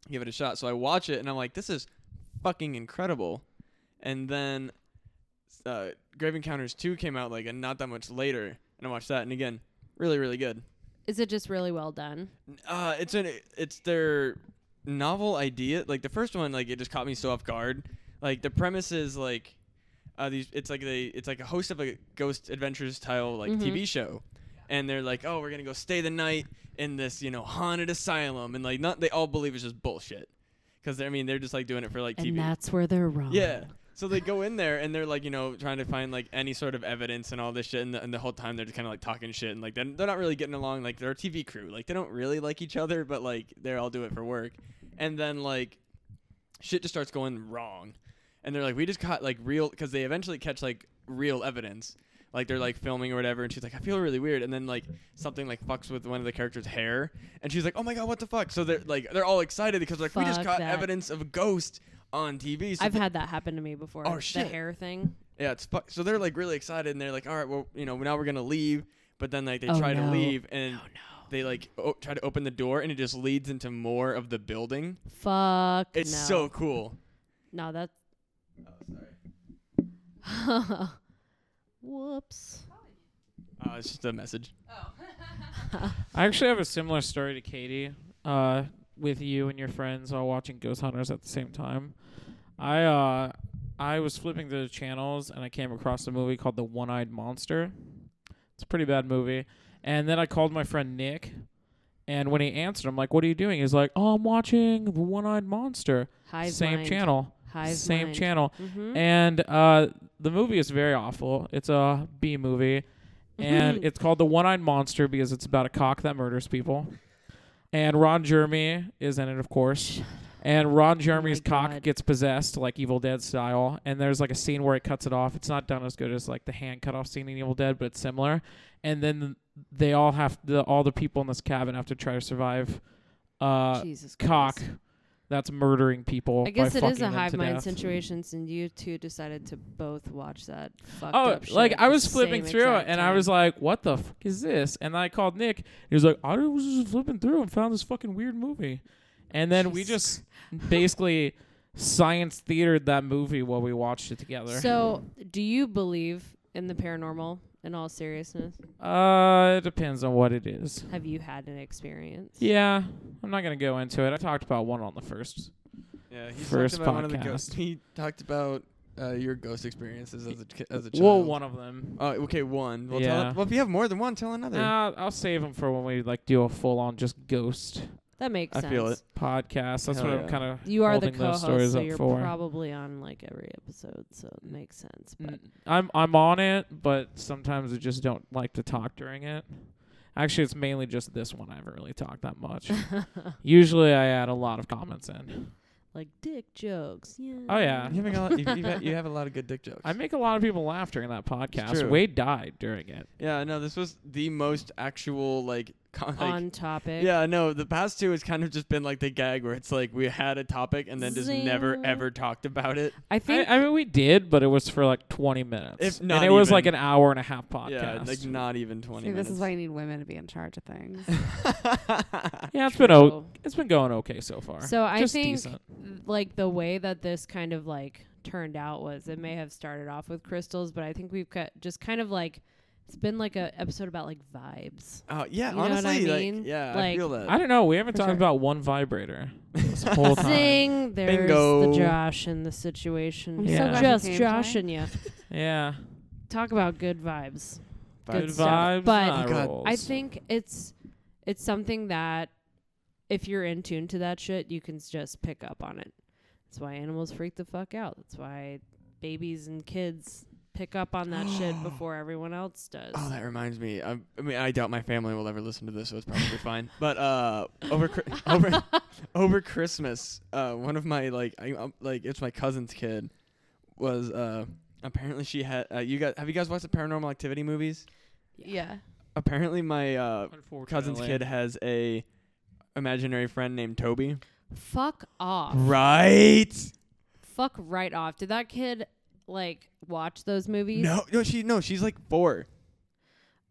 [SPEAKER 1] give it a shot. So I watch it, and I'm like, this is fucking incredible. And then uh, Grave Encounters two came out like and not that much later, and I watched that, and again, really really good.
[SPEAKER 4] Is it just really well done?
[SPEAKER 1] Uh, it's an it's their novel idea. Like the first one, like it just caught me so off guard. Like the premise is like uh, these. It's like they. It's like a host of a ghost adventures style like
[SPEAKER 4] Mhm.
[SPEAKER 1] TV show, and they're like, oh, we're gonna go stay the night in this you know haunted asylum, and like not they all believe it's just bullshit. Because I mean they're just like doing it for like TV.
[SPEAKER 4] And that's where they're wrong.
[SPEAKER 1] Yeah. So they go in there and they're like, you know, trying to find like any sort of evidence and all this shit. And the, and the whole time they're just kind of like talking shit and like they're, they're not really getting along. Like they're a TV crew. Like they don't really like each other, but like they all do it for work. And then like shit just starts going wrong. And they're like, we just caught like real, because they eventually catch like real evidence. Like they're like filming or whatever. And she's like, I feel really weird. And then like something like fucks with one of the characters' hair. And she's like, oh my God, what the fuck? So they're like, they're all excited because like, we just
[SPEAKER 4] Fuck
[SPEAKER 1] caught
[SPEAKER 4] that.
[SPEAKER 1] evidence of a ghost. On TV, so
[SPEAKER 4] I've
[SPEAKER 1] they-
[SPEAKER 4] had that happen to me before.
[SPEAKER 1] Oh,
[SPEAKER 4] The
[SPEAKER 1] shit.
[SPEAKER 4] hair thing.
[SPEAKER 1] yeah, it's fu- so they're like really excited and they're like, all right, well, you know, now we're gonna leave. But then like they
[SPEAKER 4] Oh,
[SPEAKER 1] try
[SPEAKER 4] no.
[SPEAKER 1] to leave and
[SPEAKER 4] Oh no.
[SPEAKER 1] they like o- try to open the door and it just leads into more of the building.
[SPEAKER 4] Fuck.
[SPEAKER 1] It's
[SPEAKER 4] no.
[SPEAKER 1] so cool.
[SPEAKER 2] *laughs*
[SPEAKER 4] No, that's. Whoops.
[SPEAKER 1] Uh, it's just a message.
[SPEAKER 2] I actually have a similar story to Katie uh, with you and your friends all watching Ghost Hunters at the same time. I uh, I was flipping through the channels and I came across a movie called The One Eyed Monster. It's a pretty bad movie. And then I called my friend Nick, and when he answered, I'm like, "What are you doing?" He's like, "Oh, I'm watching The One Eyed Monster."
[SPEAKER 4] Hive
[SPEAKER 2] same
[SPEAKER 4] mind.
[SPEAKER 2] channel.
[SPEAKER 4] Hive
[SPEAKER 2] same
[SPEAKER 4] mind.
[SPEAKER 2] channel.
[SPEAKER 4] Mhm.
[SPEAKER 2] And uh, the movie is very awful. It's a B movie,
[SPEAKER 4] *laughs*
[SPEAKER 2] and it's called The One Eyed Monster because it's about a cock that murders people. And Ron Jeremy is in it, of course. And Ron Jeremy's
[SPEAKER 4] Oh God.
[SPEAKER 2] cock gets possessed, like Evil Dead style. And there's like a scene where it cuts it off. It's not done as good as like the hand cut off scene in Evil Dead, but it's similar. And then they all have the all the people in this cabin have to try to survive. Uh,
[SPEAKER 4] Jesus
[SPEAKER 2] cock
[SPEAKER 4] Christ.
[SPEAKER 2] that's murdering people.
[SPEAKER 4] I guess
[SPEAKER 2] by
[SPEAKER 4] it is
[SPEAKER 2] fucking
[SPEAKER 4] a
[SPEAKER 2] them
[SPEAKER 4] hive
[SPEAKER 2] to
[SPEAKER 4] mind
[SPEAKER 2] death.
[SPEAKER 4] situation since you two decided to both watch that. Fucked
[SPEAKER 2] Oh,
[SPEAKER 4] up shit
[SPEAKER 2] like
[SPEAKER 4] at
[SPEAKER 2] I
[SPEAKER 4] the
[SPEAKER 2] was flipping
[SPEAKER 4] same
[SPEAKER 2] through it,
[SPEAKER 4] exact
[SPEAKER 2] and I
[SPEAKER 4] time.
[SPEAKER 2] was like, "What the fuck is this?" And I called Nick. And he was like, "I was just flipping through and found this fucking weird movie," and then we
[SPEAKER 4] Jesus
[SPEAKER 2] just *laughs* basically science theatered that movie while we watched it together.
[SPEAKER 4] So, do you believe in the paranormal? In all seriousness,
[SPEAKER 2] uh, it depends on what it is.
[SPEAKER 4] have you had an experience?
[SPEAKER 2] Yeah, I'm not gonna go into it. I talked about one on the first.
[SPEAKER 1] Yeah,
[SPEAKER 2] he talked First about one of the podcast. ghosts-
[SPEAKER 1] He talked about uh, your ghost experiences as a as a child.
[SPEAKER 2] Well, one of them.
[SPEAKER 1] Oh, okay, one. Well,
[SPEAKER 2] Well, tell
[SPEAKER 1] tell
[SPEAKER 2] Yeah. Uh,
[SPEAKER 1] well, if you have more than one, tell another.
[SPEAKER 2] Nah, I'll save them for when we like do a full on just ghost
[SPEAKER 4] That makes
[SPEAKER 1] I
[SPEAKER 4] sense.
[SPEAKER 1] feel
[SPEAKER 2] podcast. That's
[SPEAKER 1] Hell
[SPEAKER 2] what
[SPEAKER 1] yeah.
[SPEAKER 2] I'm kind of
[SPEAKER 4] You are the
[SPEAKER 2] holding those
[SPEAKER 4] co-host,
[SPEAKER 2] stories
[SPEAKER 4] so
[SPEAKER 2] up
[SPEAKER 4] you're
[SPEAKER 2] for.
[SPEAKER 4] probably on like every episode, so it makes sense. But
[SPEAKER 2] N- I'm I'm on it, but sometimes I just don't like to talk during it. Actually, it's mainly just this one. I haven't really talked
[SPEAKER 1] *laughs*
[SPEAKER 2] that much. Usually, I add a lot of comments in.
[SPEAKER 4] *laughs* like dick jokes, yeah.
[SPEAKER 2] Oh, yeah.
[SPEAKER 1] You, make a lot, you, you, ha- you have a lot of good dick jokes.
[SPEAKER 2] I make a lot of people laugh during that podcast.
[SPEAKER 1] true.
[SPEAKER 2] Wade died during it.
[SPEAKER 1] yeah, no, this was the most actual like, con- like
[SPEAKER 4] on topic.
[SPEAKER 1] Yeah, no, the past two has kind of just been like the gag where it's like we had a topic and then just never
[SPEAKER 4] Zing.
[SPEAKER 1] ever talked about it.
[SPEAKER 4] I
[SPEAKER 2] I,
[SPEAKER 4] think
[SPEAKER 2] I mean, we did, but it was for like 20 minutes,
[SPEAKER 1] If
[SPEAKER 2] and
[SPEAKER 1] not
[SPEAKER 2] it was
[SPEAKER 1] even.
[SPEAKER 2] like an hour and a half podcast.
[SPEAKER 1] Yeah, like not even 20
[SPEAKER 3] See,
[SPEAKER 1] minutes.
[SPEAKER 3] this is why you need women to be in charge of things.
[SPEAKER 1] *laughs*
[SPEAKER 2] Yeah, it's been o-
[SPEAKER 4] so.
[SPEAKER 2] it's been going okay so far.
[SPEAKER 4] So I
[SPEAKER 2] Just
[SPEAKER 4] think
[SPEAKER 2] decent.
[SPEAKER 4] like the way that this kind of like turned out was it may have started off with crystals, but I think we've got just kind of like it's been like a episode about like vibes.
[SPEAKER 1] Oh, yeah,
[SPEAKER 4] You know what I
[SPEAKER 1] honestly,
[SPEAKER 4] mean?
[SPEAKER 1] like yeah, I
[SPEAKER 4] Like,
[SPEAKER 1] feel
[SPEAKER 2] I
[SPEAKER 1] that.
[SPEAKER 2] don't know. We haven't
[SPEAKER 4] For
[SPEAKER 2] talked
[SPEAKER 4] sure.
[SPEAKER 2] about one vibrator
[SPEAKER 1] *laughs*
[SPEAKER 2] this whole time.
[SPEAKER 4] Zing! There's
[SPEAKER 1] Bingo.
[SPEAKER 4] the Josh in the situation.
[SPEAKER 3] I'm
[SPEAKER 2] so Yeah. glad you
[SPEAKER 4] Just
[SPEAKER 3] came
[SPEAKER 4] Josh
[SPEAKER 3] tonight.
[SPEAKER 4] and you.
[SPEAKER 2] Yeah,
[SPEAKER 4] Talk about good vibes.
[SPEAKER 1] But-
[SPEAKER 2] good
[SPEAKER 4] stuff.
[SPEAKER 2] vibes.
[SPEAKER 4] But-
[SPEAKER 2] nah,
[SPEAKER 1] God.
[SPEAKER 2] rolls.
[SPEAKER 4] I think it's it's something that if you're in tune to that shit, you can s- just pick up on it. That's why animals freak the fuck out. That's why babies and kids pick up on that
[SPEAKER 1] *gasps*
[SPEAKER 4] shit before everyone else does.
[SPEAKER 1] Oh, that reminds me. I, I mean, I doubt my family will ever listen to this, so it's
[SPEAKER 4] *laughs*
[SPEAKER 1] probably fine. But uh, over Chri- over over Christmas, uh, one of my like I, um, like it's my cousin's kid was uh apparently she had uh, you guys have you guys watched the Paranormal Activity movies?
[SPEAKER 3] Yeah.
[SPEAKER 1] Apparently my uh
[SPEAKER 2] Unfortunately.
[SPEAKER 1] cousin's kid has a imaginary friend named Toby.
[SPEAKER 4] Fuck off.
[SPEAKER 1] Right?
[SPEAKER 4] Fuck right off. Did that kid like watch those movies?
[SPEAKER 1] No, no, she no, she's like four.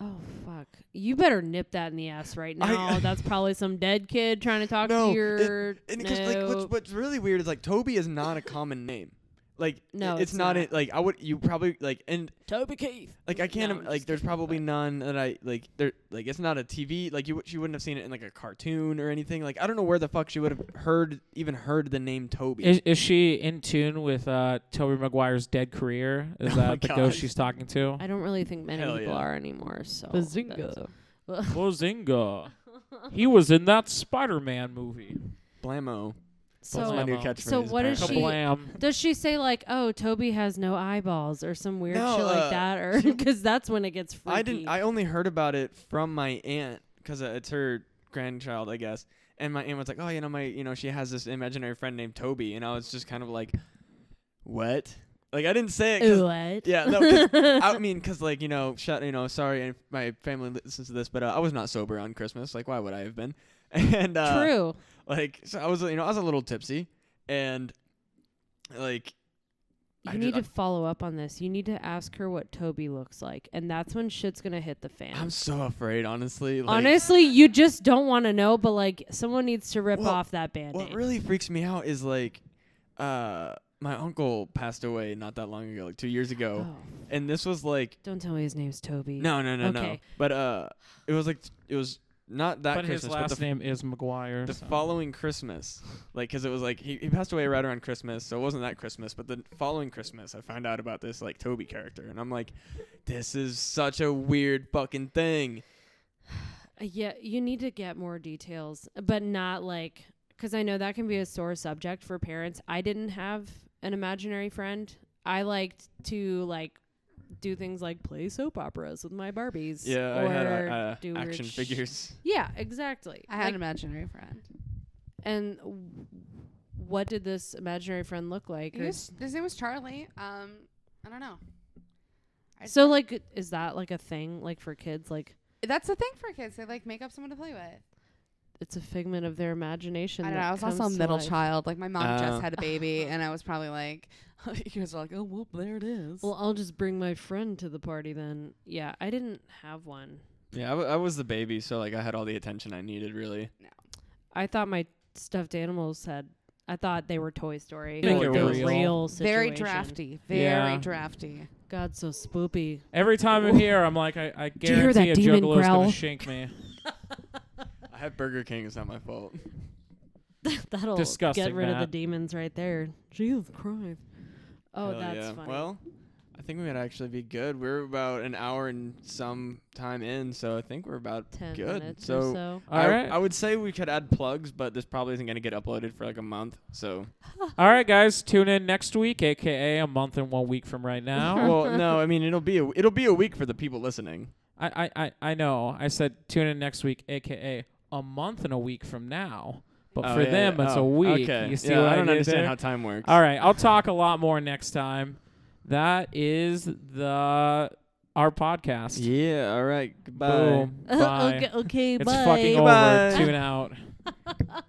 [SPEAKER 4] Oh fuck. You better nip that in the ass right
[SPEAKER 1] I- *laughs*
[SPEAKER 4] now. That's probably some dead kid trying to talk
[SPEAKER 1] No,
[SPEAKER 4] to
[SPEAKER 1] it-
[SPEAKER 4] your
[SPEAKER 1] And
[SPEAKER 4] no.
[SPEAKER 1] because like what's, what's really weird is like Toby is not a common name. Like i-
[SPEAKER 4] No,
[SPEAKER 1] it's,
[SPEAKER 4] it's
[SPEAKER 1] not,
[SPEAKER 4] not.
[SPEAKER 1] A, like I would you probably like and
[SPEAKER 4] Toby Keith.
[SPEAKER 1] like I can't
[SPEAKER 4] No,
[SPEAKER 1] im-
[SPEAKER 4] I'm
[SPEAKER 1] like
[SPEAKER 4] just
[SPEAKER 1] there's
[SPEAKER 4] kidding,
[SPEAKER 1] probably
[SPEAKER 4] but-
[SPEAKER 1] none that I like there like it's not a TV like you w- she wouldn't have seen it in like a cartoon or anything like I don't know where the fuck she would have heard even heard the name Toby.
[SPEAKER 2] Is, is she in tune with uh, Toby Maguire's dead career?
[SPEAKER 1] *laughs*
[SPEAKER 2] Is
[SPEAKER 1] Oh my
[SPEAKER 2] that the
[SPEAKER 1] God.
[SPEAKER 2] ghost she's talking to?
[SPEAKER 4] I don't really think many
[SPEAKER 1] Hell
[SPEAKER 4] people
[SPEAKER 1] yeah.
[SPEAKER 4] are anymore. So that's- *laughs*
[SPEAKER 2] Bozinga. he was in that Spider-Man movie.
[SPEAKER 1] Blammo. That's my
[SPEAKER 4] So
[SPEAKER 2] Blammo.
[SPEAKER 1] new
[SPEAKER 2] So
[SPEAKER 1] catchphrase.
[SPEAKER 4] what is
[SPEAKER 1] apparently.
[SPEAKER 4] she-
[SPEAKER 2] Kablam.
[SPEAKER 4] does she say like, "Oh, Toby has no eyeballs" or some weird
[SPEAKER 1] No,
[SPEAKER 4] shit
[SPEAKER 1] uh,
[SPEAKER 4] like that, or *laughs*
[SPEAKER 1] she-
[SPEAKER 4] because that's when it gets freaky.
[SPEAKER 1] I didn't. I only heard about it from my aunt because it's her grandchild, I guess. And my aunt was like, "Oh, you know, my, you know, she has this imaginary friend named Toby," and I was just kind of like, "What?" Like I didn't say it. 'cause-
[SPEAKER 4] *laughs* what?
[SPEAKER 1] yeah, no, 'cause
[SPEAKER 4] *laughs*
[SPEAKER 1] I mean, because like you know, shut, you know, sorry, if my family listens to this, but uh, I was not sober on Christmas. Like, why would I have been? *laughs* And uh,
[SPEAKER 4] True.
[SPEAKER 1] like, so I was, you know, I was a little tipsy, and like,
[SPEAKER 4] You
[SPEAKER 1] I
[SPEAKER 4] need
[SPEAKER 1] did-
[SPEAKER 4] to follow up on this. You need to ask her what Toby looks like, and that's when shit's gonna hit the fan.
[SPEAKER 1] I'm so afraid, honestly. Like,
[SPEAKER 4] Honestly, you just don't want to know, but like someone needs to rip
[SPEAKER 1] Well,
[SPEAKER 4] off that band
[SPEAKER 1] What really freaks me out is like, uh, my uncle passed away not that long ago, like two years
[SPEAKER 4] Oh,
[SPEAKER 1] ago, and this was like,
[SPEAKER 4] don't tell me his name's Toby.
[SPEAKER 1] no, no, no, no.
[SPEAKER 4] Okay.
[SPEAKER 1] But uh, it was like it was not that
[SPEAKER 2] But
[SPEAKER 1] Christmas,
[SPEAKER 2] his
[SPEAKER 1] but
[SPEAKER 2] last
[SPEAKER 1] the,
[SPEAKER 2] name is Maguire.
[SPEAKER 1] the
[SPEAKER 2] so-
[SPEAKER 1] following Christmas, like, cause it was like he, he passed away right around Christmas, so it wasn't that Christmas, but the following Christmas, I found out about this like Toby character, and I'm like, this is such a weird fucking thing.
[SPEAKER 4] Uh, Yeah, you need to get more details, but not like because I know that can be a sore subject for parents. I didn't have an imaginary friend. I liked to like do things like play soap operas with my Barbies.
[SPEAKER 1] Yeah, I had
[SPEAKER 4] or
[SPEAKER 1] uh,
[SPEAKER 4] do
[SPEAKER 1] uh,
[SPEAKER 4] weird
[SPEAKER 1] action
[SPEAKER 4] sh-
[SPEAKER 1] figures.
[SPEAKER 4] Yeah, exactly.
[SPEAKER 3] I had an
[SPEAKER 4] Like,
[SPEAKER 3] imaginary friend.
[SPEAKER 4] and w- what did this imaginary friend look like?
[SPEAKER 3] He
[SPEAKER 4] or
[SPEAKER 3] was, his name was Charlie. Um, I don't know. I
[SPEAKER 4] So like is that like a thing like for kids like
[SPEAKER 3] that's the thing for kids. They like make up someone to play with.
[SPEAKER 4] it's a figment of their imagination.
[SPEAKER 3] I don't know.
[SPEAKER 4] that
[SPEAKER 3] I was also a
[SPEAKER 4] comes to
[SPEAKER 3] middle
[SPEAKER 4] life.
[SPEAKER 3] child. Like my mom
[SPEAKER 1] Oh.
[SPEAKER 3] just had a *laughs* baby, and I was probably like, *laughs* you guys are like, oh, well, there it is.
[SPEAKER 4] Well, I'll just bring my friend to the party then. Yeah, I didn't have one.
[SPEAKER 1] Yeah, I, w- I was the baby, so like I had all the attention I needed, really.
[SPEAKER 4] I thought my stuffed animals had. I thought they were Toy Story.
[SPEAKER 2] They
[SPEAKER 4] like
[SPEAKER 1] were
[SPEAKER 4] the
[SPEAKER 1] real.
[SPEAKER 4] real situation.
[SPEAKER 3] very drafty. Very
[SPEAKER 2] Yeah.
[SPEAKER 3] drafty.
[SPEAKER 4] God,
[SPEAKER 3] *laughs*
[SPEAKER 4] so spoopy.
[SPEAKER 2] Every time I'm here, I'm like, I, I
[SPEAKER 4] you hear
[SPEAKER 2] guarantee a
[SPEAKER 4] that demon
[SPEAKER 2] juggalo is
[SPEAKER 4] growl?
[SPEAKER 2] gonna shank me.
[SPEAKER 1] I had Burger King. It's not my fault.
[SPEAKER 4] That'll
[SPEAKER 2] Disgusting,
[SPEAKER 4] get rid of the
[SPEAKER 2] Matt.
[SPEAKER 4] demons right there. Jesus Christ. Oh,
[SPEAKER 1] Hell
[SPEAKER 4] that's
[SPEAKER 1] yeah.
[SPEAKER 4] funny.
[SPEAKER 1] Well, I think we might actually be good. We're about an hour and some time in, so I think we're about
[SPEAKER 4] ten
[SPEAKER 1] good.
[SPEAKER 4] minutes
[SPEAKER 1] so.
[SPEAKER 4] or so.
[SPEAKER 1] I,
[SPEAKER 2] All right,
[SPEAKER 1] I would say we could add plugs, but this probably isn't going to get uploaded for like a month. So,
[SPEAKER 2] all right, guys, tune in next week, aka a month and one week from right now.
[SPEAKER 4] *laughs*
[SPEAKER 1] well, no, I mean it'll be a, it'll be a week for the people listening.
[SPEAKER 2] I, I, I, I know. I said tune in next week, aka a month and a week from now. But
[SPEAKER 1] Oh,
[SPEAKER 2] for
[SPEAKER 1] yeah,
[SPEAKER 2] them,
[SPEAKER 1] yeah.
[SPEAKER 2] it's
[SPEAKER 1] Oh,
[SPEAKER 2] a week.
[SPEAKER 1] Okay.
[SPEAKER 2] You see
[SPEAKER 1] yeah,
[SPEAKER 2] what
[SPEAKER 1] I don't
[SPEAKER 2] did
[SPEAKER 1] understand
[SPEAKER 2] there?
[SPEAKER 1] how time works.
[SPEAKER 2] All right, I'll talk a lot more next time. That is the our podcast.
[SPEAKER 1] Yeah.
[SPEAKER 4] *laughs*
[SPEAKER 1] All right. Goodbye.
[SPEAKER 2] Boom. Bye.
[SPEAKER 4] okay, okay,
[SPEAKER 2] It's
[SPEAKER 4] bye.
[SPEAKER 2] fucking over.
[SPEAKER 1] Bye.
[SPEAKER 4] *laughs*
[SPEAKER 2] Tune out.